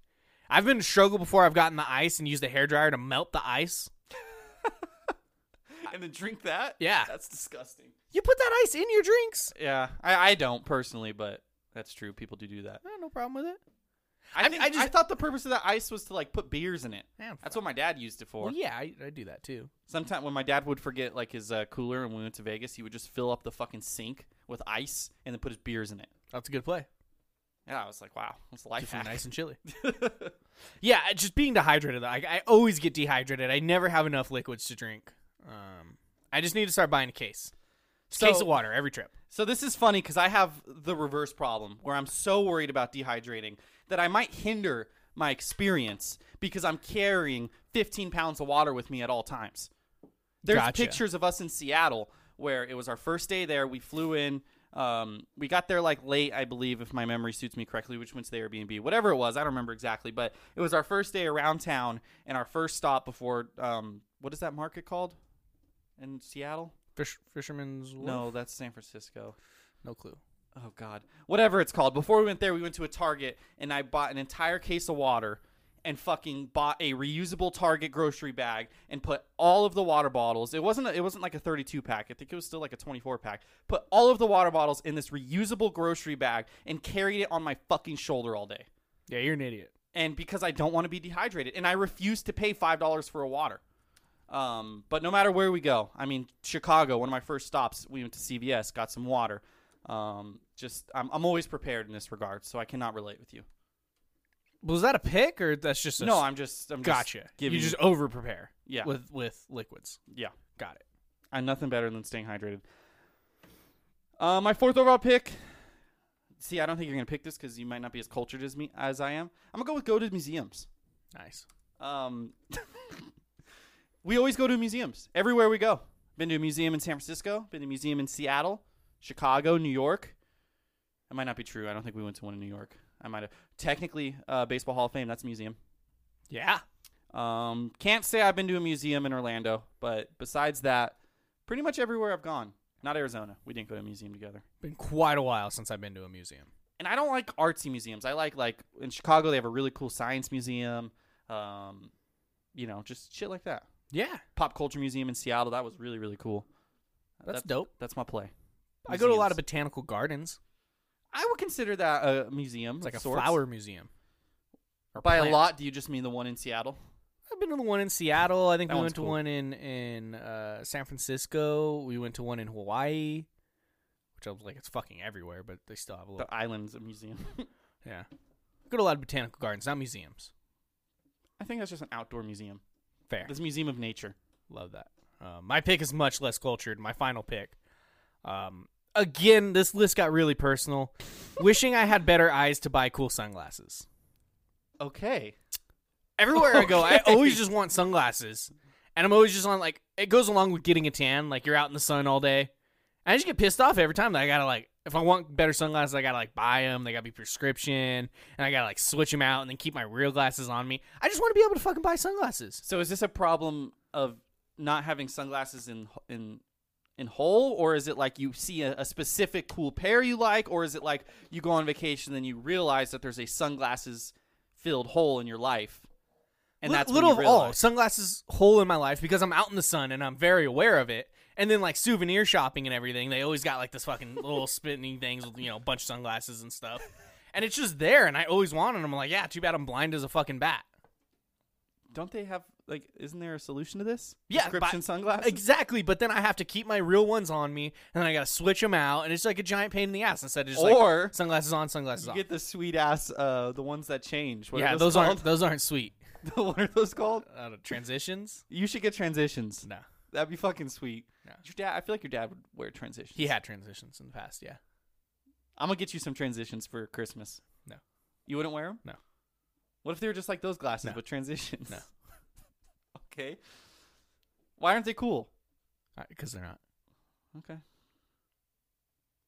[SPEAKER 2] I've been struggled before I've gotten the ice and used a hairdryer to melt the ice
[SPEAKER 1] And then drink that.
[SPEAKER 2] Yeah.
[SPEAKER 1] that's disgusting.
[SPEAKER 2] you put that ice in your drinks
[SPEAKER 1] Yeah, I, I don't personally, but that's true. People do do that.
[SPEAKER 2] I have Eh, no problem with it
[SPEAKER 1] I,
[SPEAKER 2] I-
[SPEAKER 1] think,
[SPEAKER 2] I
[SPEAKER 1] I,
[SPEAKER 2] just-
[SPEAKER 1] thought the purpose of that ice was to like put beers in it.
[SPEAKER 2] Man,
[SPEAKER 1] That's what my dad used it for.
[SPEAKER 2] well, yeah I, I do that too
[SPEAKER 1] Sometimes when my dad would forget like his uh, cooler and we went to Vegas, he would just fill up the fucking sink with ice and then put his beers in it.
[SPEAKER 2] that's a good play
[SPEAKER 1] Yeah, I was like, wow, that's a life
[SPEAKER 2] Keeps them
[SPEAKER 1] hack.
[SPEAKER 2] nice and chilly. yeah, I- just being dehydrated. though. I, I always get dehydrated. I never have enough liquids to drink. Um, I just need to start buying a case. Just a case
[SPEAKER 1] So-
[SPEAKER 2] of water every trip.
[SPEAKER 1] So this is funny because I have the reverse problem where I'm so worried about dehydrating that I might hinder my experience because I'm carrying 15 pounds of water with me at all times. There's
[SPEAKER 2] Gotcha.
[SPEAKER 1] pictures of us in Seattle where it was our first day there. We flew in. Um, we got there like late, I believe, if my memory suits me correctly, which went to the Airbnb, whatever it was. I don't remember exactly, but it was our first day around town and our first stop before um, what is that market called in Seattle?
[SPEAKER 2] Fish, fisherman's Wharf?
[SPEAKER 1] No, that's San Francisco
[SPEAKER 2] no clue.
[SPEAKER 1] oh god whatever it's called before we went there we went to a target and i bought an entire case of water and fucking bought a reusable target grocery bag and put all of the water bottles it wasn't a, it wasn't like a 32 pack i think it was still like a 24 pack put all of the water bottles in this reusable grocery bag and carried it on my fucking shoulder all day
[SPEAKER 2] Yeah, you're an idiot.
[SPEAKER 1] and because I don't want to be dehydrated, and I refuse to pay five dollars for a water. Um, but no matter where we go, I mean, Chicago, one of my first stops, we went to CVS, got some water. Um, just I'm, I'm always prepared in this regard, so I cannot relate with you.
[SPEAKER 2] Was that a pick or that's just a
[SPEAKER 1] no,
[SPEAKER 2] s-
[SPEAKER 1] I'm just I'm
[SPEAKER 2] gotcha.
[SPEAKER 1] Just giving
[SPEAKER 2] you just over prepare.
[SPEAKER 1] Yeah.
[SPEAKER 2] with with liquids.
[SPEAKER 1] yeah.
[SPEAKER 2] Got it.
[SPEAKER 1] I'm nothing better than staying hydrated. Uh, my fourth overall pick. See, I don't think you're gonna pick this because you might not be as cultured as me as I am. I'm gonna go with go to museums.
[SPEAKER 2] Nice.
[SPEAKER 1] Um, we always go to museums everywhere we go. Been to a museum in San Francisco. Been to a museum in Seattle, Chicago, New York. That might not be true. I don't think we went to one in New York. I might have technically uh, baseball Hall of Fame. That's a museum.
[SPEAKER 2] Yeah.
[SPEAKER 1] Um, can't say I've been to a museum in Orlando, but besides that, pretty much everywhere I've gone. Not Arizona. We didn't go to a museum together.
[SPEAKER 2] Been quite a while since I've been to a museum.
[SPEAKER 1] and I don't like artsy museums. I like like in Chicago they have a really cool science museum. Um, you know, just shit like that.
[SPEAKER 2] Yeah.
[SPEAKER 1] Pop Culture Museum in Seattle. That was really really cool.
[SPEAKER 2] That's dope.
[SPEAKER 1] That's my play.
[SPEAKER 2] I go to a lot
[SPEAKER 1] Museums.
[SPEAKER 2] of botanical gardens.
[SPEAKER 1] I would consider that a museum.
[SPEAKER 2] It's like
[SPEAKER 1] of
[SPEAKER 2] a
[SPEAKER 1] sorts.
[SPEAKER 2] flower museum. Or
[SPEAKER 1] By a
[SPEAKER 2] plant.
[SPEAKER 1] lot, do you just mean the one in Seattle?
[SPEAKER 2] I've been to the one in Seattle. I think
[SPEAKER 1] That
[SPEAKER 2] we
[SPEAKER 1] one's
[SPEAKER 2] went to
[SPEAKER 1] cool.
[SPEAKER 2] one in in uh, San Francisco. We went to one in Hawaii, which I was like, it's fucking everywhere, but they still have a
[SPEAKER 1] The
[SPEAKER 2] little.
[SPEAKER 1] island's a museum.
[SPEAKER 2] yeah, go to a lot of botanical gardens, not museums.
[SPEAKER 1] I think that's just an outdoor museum.
[SPEAKER 2] Fair,
[SPEAKER 1] This museum of nature.
[SPEAKER 2] love that. Uh, my pick is much less cultured. My final pick. Um, again, this list got really personal. Wishing I had better eyes to buy cool sunglasses.
[SPEAKER 1] Okay.
[SPEAKER 2] Everywhere I go, I
[SPEAKER 1] Okay.
[SPEAKER 2] always just want sunglasses. And I'm always just on like it goes along with getting a tan, like you're out in the sun all day. And I just get pissed off every time that I gotta like if I want better sunglasses, I gotta like buy them. They gotta be prescription, and I gotta like switch them out, and then keep my real glasses on me. I just want to be able to fucking buy sunglasses.
[SPEAKER 1] So is this a problem of not having sunglasses in in in whole, or is it like you see a, a specific cool pair you like, or is it like you go on vacation and then you realize that there's a sunglasses filled hole in your life, and
[SPEAKER 2] Li-
[SPEAKER 1] that's
[SPEAKER 2] little
[SPEAKER 1] when
[SPEAKER 2] of
[SPEAKER 1] you
[SPEAKER 2] all
[SPEAKER 1] realize-
[SPEAKER 2] sunglasses hole in my life because I'm out in the sun and I'm very aware of it. And then like souvenir shopping and everything, they always got like this fucking little spinning things with you know a bunch of sunglasses and stuff. And it's just there, and I always want it. and I'm like, yeah, too bad I'm blind as a fucking bat.
[SPEAKER 1] Don't they have like? Isn't there a solution to this?
[SPEAKER 2] Yeah,
[SPEAKER 1] prescription
[SPEAKER 2] but-
[SPEAKER 1] sunglasses.
[SPEAKER 2] Exactly, but then I have to keep my real ones on me, and then I gotta switch them out, and it's like a giant pain in the ass instead of just
[SPEAKER 1] Or-
[SPEAKER 2] like sunglasses on, sunglasses
[SPEAKER 1] You
[SPEAKER 2] off.
[SPEAKER 1] get the sweet ass, uh, the ones that change. What are
[SPEAKER 2] yeah, those,
[SPEAKER 1] those
[SPEAKER 2] aren't
[SPEAKER 1] called?
[SPEAKER 2] those aren't sweet.
[SPEAKER 1] what are those called?
[SPEAKER 2] Uh, transitions?
[SPEAKER 1] You should get transitions.
[SPEAKER 2] No,
[SPEAKER 1] That'd be fucking sweet.
[SPEAKER 2] Yeah.
[SPEAKER 1] Your dad, I feel like your dad would wear transitions.
[SPEAKER 2] he had transitions in the past. Yeah,
[SPEAKER 1] I'm gonna get you some transitions for Christmas.
[SPEAKER 2] No.
[SPEAKER 1] You wouldn't wear them?
[SPEAKER 2] No.
[SPEAKER 1] What if they were just like those glasses with transitions?
[SPEAKER 2] No.
[SPEAKER 1] okay. Why aren't they cool?
[SPEAKER 2] because they're not.
[SPEAKER 1] Okay.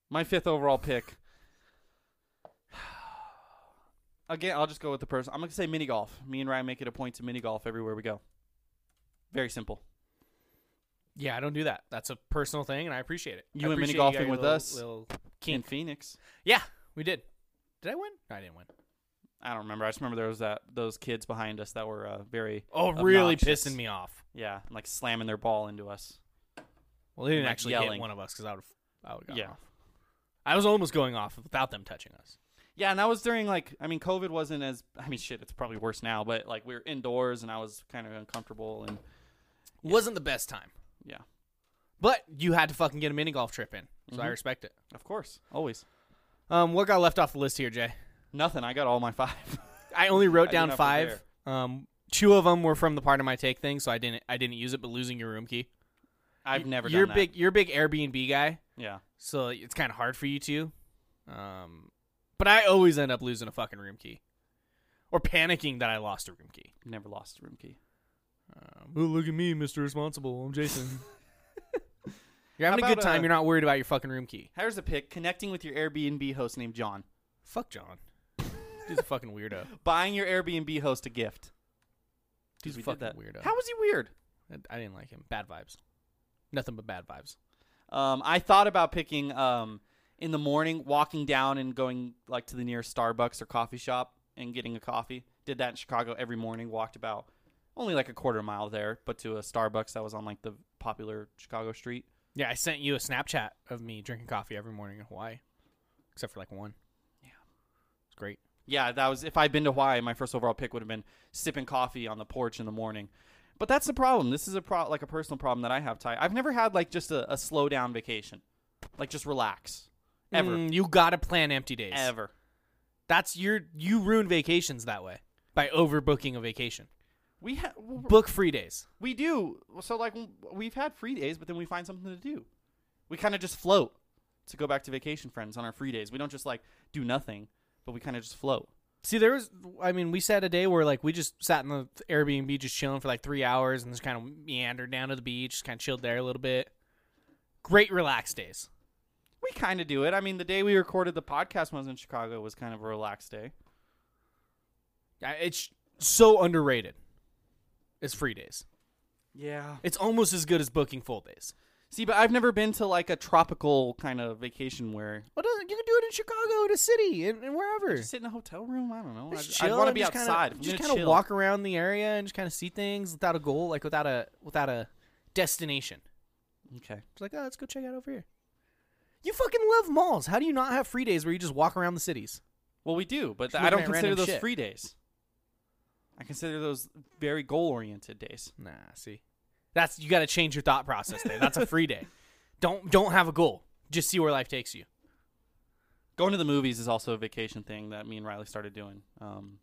[SPEAKER 1] My fifth overall pick. Again, I'll just go with the person. I'm gonna say mini golf. Me and Ryan make it a point to mini golf everywhere we go. Very simple.
[SPEAKER 2] Yeah, I don't do that. That's a personal thing, and I appreciate it.
[SPEAKER 1] You
[SPEAKER 2] I
[SPEAKER 1] went mini
[SPEAKER 2] appreciate got
[SPEAKER 1] golfing
[SPEAKER 2] your
[SPEAKER 1] with
[SPEAKER 2] little-
[SPEAKER 1] us.
[SPEAKER 2] little-
[SPEAKER 1] In Phoenix.
[SPEAKER 2] Yeah, we did. Did I win? No, I didn't win.
[SPEAKER 1] I don't remember. I just remember there was that those kids behind us that were uh, very
[SPEAKER 2] Oh, really
[SPEAKER 1] obnoxious.
[SPEAKER 2] pissing me off.
[SPEAKER 1] Yeah, and, like slamming their ball into us.
[SPEAKER 2] Well, they didn't
[SPEAKER 1] Like
[SPEAKER 2] actually hit
[SPEAKER 1] yelling.
[SPEAKER 2] one of us because I would. I would
[SPEAKER 1] Yeah.
[SPEAKER 2] off. I was almost going off without them touching us.
[SPEAKER 1] Yeah, and that was during like I mean, COVID wasn't as I mean, shit, it's probably worse now, but like we were indoors and I was kind of uncomfortable and
[SPEAKER 2] Wasn't the best time.
[SPEAKER 1] yeah,
[SPEAKER 2] But you had to fucking get a mini golf trip in, so
[SPEAKER 1] Mm-hmm.
[SPEAKER 2] I respect it.
[SPEAKER 1] of course, always
[SPEAKER 2] Um, what got left off the list here, Jay?
[SPEAKER 1] nothing. I got all my five.
[SPEAKER 2] I only wrote
[SPEAKER 1] I
[SPEAKER 2] down
[SPEAKER 1] didn't have to
[SPEAKER 2] five. Um, two of them were from the part of my take thing, so I didn't. I didn't use it. But losing your room key,
[SPEAKER 1] I've never.
[SPEAKER 2] You're
[SPEAKER 1] done that.
[SPEAKER 2] big. You're a big Airbnb guy,
[SPEAKER 1] Yeah,
[SPEAKER 2] so it's kind of hard for you to. Um, but I always end up losing a fucking room key, or panicking that I lost a room key.
[SPEAKER 1] never lost a room key.
[SPEAKER 2] Um, oh, look at me, Mister Responsible. I'm Jason. you're having
[SPEAKER 1] How
[SPEAKER 2] a
[SPEAKER 1] about,
[SPEAKER 2] good time.
[SPEAKER 1] uh,
[SPEAKER 2] you're not worried about your fucking room key.
[SPEAKER 1] Here's a pick: connecting with your Airbnb host named John,
[SPEAKER 2] Fuck John. He's a fucking weirdo.
[SPEAKER 1] buying your Airbnb host a gift.
[SPEAKER 2] He's
[SPEAKER 1] Dude,
[SPEAKER 2] a
[SPEAKER 1] we
[SPEAKER 2] fucking
[SPEAKER 1] did that.
[SPEAKER 2] weirdo.
[SPEAKER 1] How was he weird?
[SPEAKER 2] I- I didn't like him. Bad vibes. Nothing but bad vibes.
[SPEAKER 1] Um, I thought about picking um, in the morning, walking down and going like to the nearest Starbucks or coffee shop and getting a coffee. Did that in Chicago every morning. Walked about only like a quarter mile there, but to a Starbucks that was on like the popular Chicago street.
[SPEAKER 2] Yeah, I sent you a Snapchat of me drinking coffee every morning in Hawaii, except for like one. Yeah, it's great.
[SPEAKER 1] Yeah, that was if I'd been to Hawaii, my first overall pick would have been sipping coffee on the porch in the morning. But that's the problem. This is a pro- like a personal problem that I have, Ty. I've never had like just a, a slow down vacation, like just relax, ever,
[SPEAKER 2] Mm, you gotta plan empty days.
[SPEAKER 1] ever.
[SPEAKER 2] That's your you ruin vacations that way by overbooking a vacation.
[SPEAKER 1] We ha-
[SPEAKER 2] Book free days.
[SPEAKER 1] We do. So like w- we've had free days, but then we find something to do. We kind of just float to go back to vacation friends on our free days. We don't just like do nothing, but we kind of just float.
[SPEAKER 2] See, there was. I mean, we sat a day where like we just sat in the Airbnb, just chilling for like three hours, and just kind of meandered down to the beach, just kind of chilled there a little bit. Great relaxed days.
[SPEAKER 1] We kind of do it. I mean, the day we recorded the podcast when I was in Chicago was kind of a relaxed day.
[SPEAKER 2] I- It's so underrated. It's free days.
[SPEAKER 1] Yeah.
[SPEAKER 2] It's almost as good as booking full days.
[SPEAKER 1] See, but I've never been to like a tropical kind of vacation where
[SPEAKER 2] Well, doesn't- you can do it in Chicago, in a city, and, and wherever.
[SPEAKER 1] sit in a hotel room. I don't know.
[SPEAKER 2] Just
[SPEAKER 1] I,
[SPEAKER 2] chill.
[SPEAKER 1] I want to
[SPEAKER 2] and
[SPEAKER 1] be
[SPEAKER 2] just kinda-
[SPEAKER 1] outside. If I'm
[SPEAKER 2] just
[SPEAKER 1] gonna
[SPEAKER 2] kind of
[SPEAKER 1] chill.
[SPEAKER 2] walk around the area and just kind of see things without a goal, like without a without a destination.
[SPEAKER 1] Okay.
[SPEAKER 2] It's like, oh, let's go check out over here. You fucking love malls. How do you not have free days where you just walk around the cities?
[SPEAKER 1] Well, we do, but
[SPEAKER 2] Just
[SPEAKER 1] I don't
[SPEAKER 2] looking at
[SPEAKER 1] consider
[SPEAKER 2] random
[SPEAKER 1] those
[SPEAKER 2] shit.
[SPEAKER 1] free days. I consider those very goal-oriented days.
[SPEAKER 2] Nah, see, that's you got to change your thought process there. That's a free day. Don't don't have a goal. Just see where life takes you.
[SPEAKER 1] Going to the movies is also a vacation thing that me and Riley started doing. Um,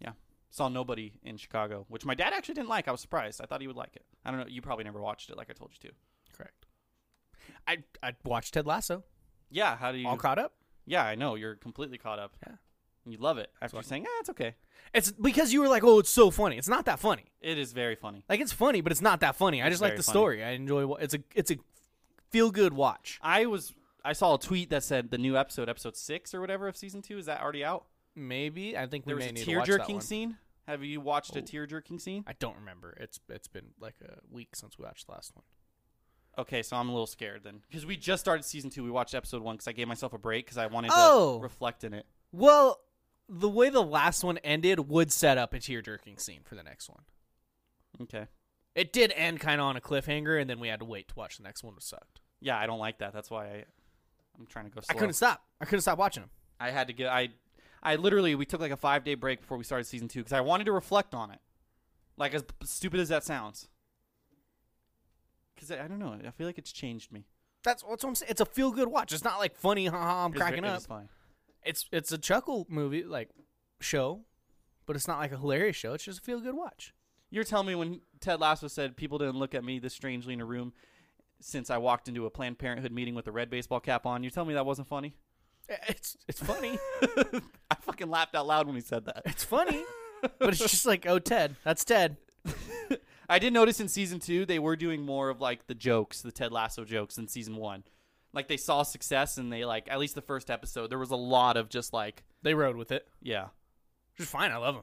[SPEAKER 1] yeah, saw nobody in Chicago, which my dad actually didn't like. I was surprised. I thought he would like it. I don't know. You probably never watched it, like I told you to.
[SPEAKER 2] Correct. I I watched Ted Lasso.
[SPEAKER 1] Yeah. How do you?
[SPEAKER 2] All caught up.
[SPEAKER 1] yeah, I know. You're completely caught up.
[SPEAKER 2] Yeah.
[SPEAKER 1] And you love it after saying, "Ah, it's okay."
[SPEAKER 2] It's because you were like, oh, it's so funny. It's not that funny.
[SPEAKER 1] It is very funny.
[SPEAKER 2] Like it's funny, but it's not that funny. I
[SPEAKER 1] It's
[SPEAKER 2] just like
[SPEAKER 1] very
[SPEAKER 2] the
[SPEAKER 1] funny.
[SPEAKER 2] story. I enjoy. wa- It's a it's a feel good watch.
[SPEAKER 1] I was. I saw a tweet that said the new episode, episode six or whatever of season two, is that already out?
[SPEAKER 2] Maybe I think we
[SPEAKER 1] There was
[SPEAKER 2] may
[SPEAKER 1] a
[SPEAKER 2] need
[SPEAKER 1] tear
[SPEAKER 2] to watch that
[SPEAKER 1] jerking
[SPEAKER 2] one. Oh.
[SPEAKER 1] scene. Have you watched a tear jerking scene?
[SPEAKER 2] I don't remember. It's it's been like a week since we watched the last one.
[SPEAKER 1] Okay, so I'm a little scared then, because we just started season two. We watched episode one because I gave myself a break because I wanted
[SPEAKER 2] Oh.
[SPEAKER 1] to reflect in it.
[SPEAKER 2] Well, the way the last one ended would set up a tear jerking scene for the next one.
[SPEAKER 1] Okay.
[SPEAKER 2] It did end kind of on a cliffhanger, and then we had to wait to watch the next one, which sucked.
[SPEAKER 1] Yeah, I don't like that. That's why I, I'm trying to go.
[SPEAKER 2] I
[SPEAKER 1] Slow.
[SPEAKER 2] couldn't stop. I couldn't stop watching them.
[SPEAKER 1] I had to get. I, I literally we took like a five day break before we started season two because I wanted to reflect on it. Like as p- stupid as that sounds. Because I, I don't know. I feel like it's changed me.
[SPEAKER 2] That's, that's what I'm saying. It's a feel good watch. It's not like funny, haha, I'm
[SPEAKER 1] It's
[SPEAKER 2] cracking
[SPEAKER 1] ve- it
[SPEAKER 2] up.
[SPEAKER 1] is funny.
[SPEAKER 2] It's it's a chuckle movie like show, but it's not like a hilarious show. It's just a feel good watch.
[SPEAKER 1] You're telling me when Ted Lasso said people didn't look at me this strangely in a room since I walked into a Planned Parenthood meeting with a red baseball cap on. You're telling me that wasn't funny?
[SPEAKER 2] Eh, It's it's funny.
[SPEAKER 1] I fucking laughed out loud when he said that.
[SPEAKER 2] it's funny, but it's just like oh Ted, that's Ted.
[SPEAKER 1] I did notice in season two they were doing more of like the jokes, the Ted Lasso jokes in season one. Like they saw success and they like at least the first episode there was a lot of just like
[SPEAKER 2] They rode with it,
[SPEAKER 1] yeah.
[SPEAKER 2] which is fine. I love him.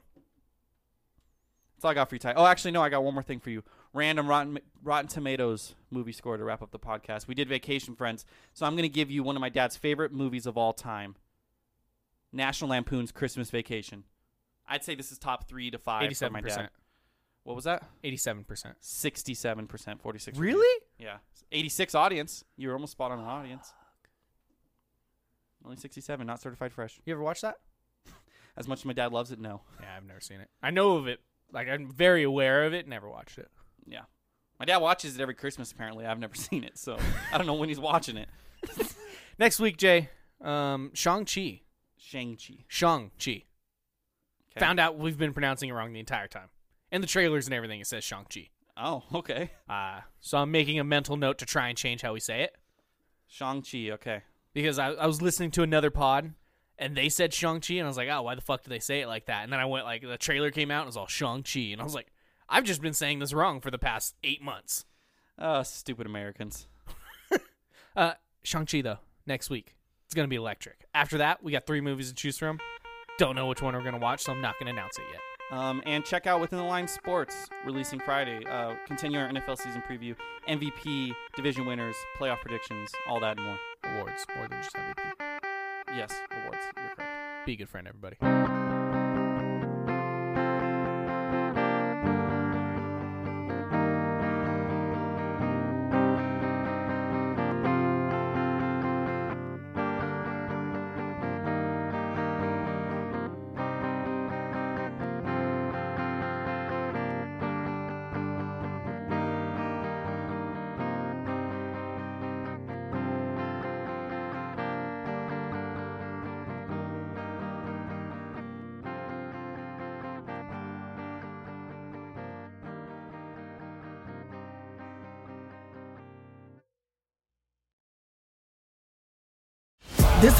[SPEAKER 1] That's all I got for you, Ty. Oh, actually no, I got one more thing for you. Random Rotten Rotten Tomatoes movie score to wrap up the podcast. We did Vacation Friends, so I'm gonna give you one of my dad's favorite movies of all time, National Lampoon's Christmas Vacation. I'd say this is top three to five. for my
[SPEAKER 2] Eighty-seven
[SPEAKER 1] dad.
[SPEAKER 2] percent.
[SPEAKER 1] What was that?
[SPEAKER 2] Eighty-seven percent.
[SPEAKER 1] Sixty-seven percent, forty-six.
[SPEAKER 2] Really?
[SPEAKER 1] Yeah. 86 audience. You were almost spot on an audience. Only 67, not certified fresh.
[SPEAKER 2] You ever watch that?
[SPEAKER 1] As much as my dad loves it, no.
[SPEAKER 2] Yeah, I've never seen it. I know of it. Like I'm very aware of it. Never watched it.
[SPEAKER 1] Yeah. My dad watches it every Christmas, apparently. I've never seen it, so I don't know when he's watching it.
[SPEAKER 2] Next week, Jay, um, Shang Chi,
[SPEAKER 1] Shang-Chi.
[SPEAKER 2] Shang Chi.
[SPEAKER 1] Okay.
[SPEAKER 2] Found out we've been pronouncing it wrong the entire time. In the trailers and everything, it says Shang Chi.
[SPEAKER 1] Oh, okay.
[SPEAKER 2] Uh, so I'm making a mental note to try and change how we say it
[SPEAKER 1] Shang-Chi, okay.
[SPEAKER 2] because I, I was listening to another pod and they said Shang Chi and I was like, oh, why the fuck do they say it like that? And then I went like the trailer came out and it was all Shang Chi and I was like, I've just been saying this wrong for the past eight months.
[SPEAKER 1] Uh, stupid Americans.
[SPEAKER 2] Uh, Shang Chi though, next week it's gonna be electric. After that, we got three movies to choose from. Don't know which one we're gonna watch, so I'm not gonna announce it yet.
[SPEAKER 1] Um, and check out Within the Line Sports, releasing Friday. Uh, continue our NFL season preview, MVP, division winners, playoff predictions, all that and more.
[SPEAKER 2] Awards more than just MVP.
[SPEAKER 1] Yes, awards. You're correct.
[SPEAKER 2] Be a good friend, everybody.
[SPEAKER 5] This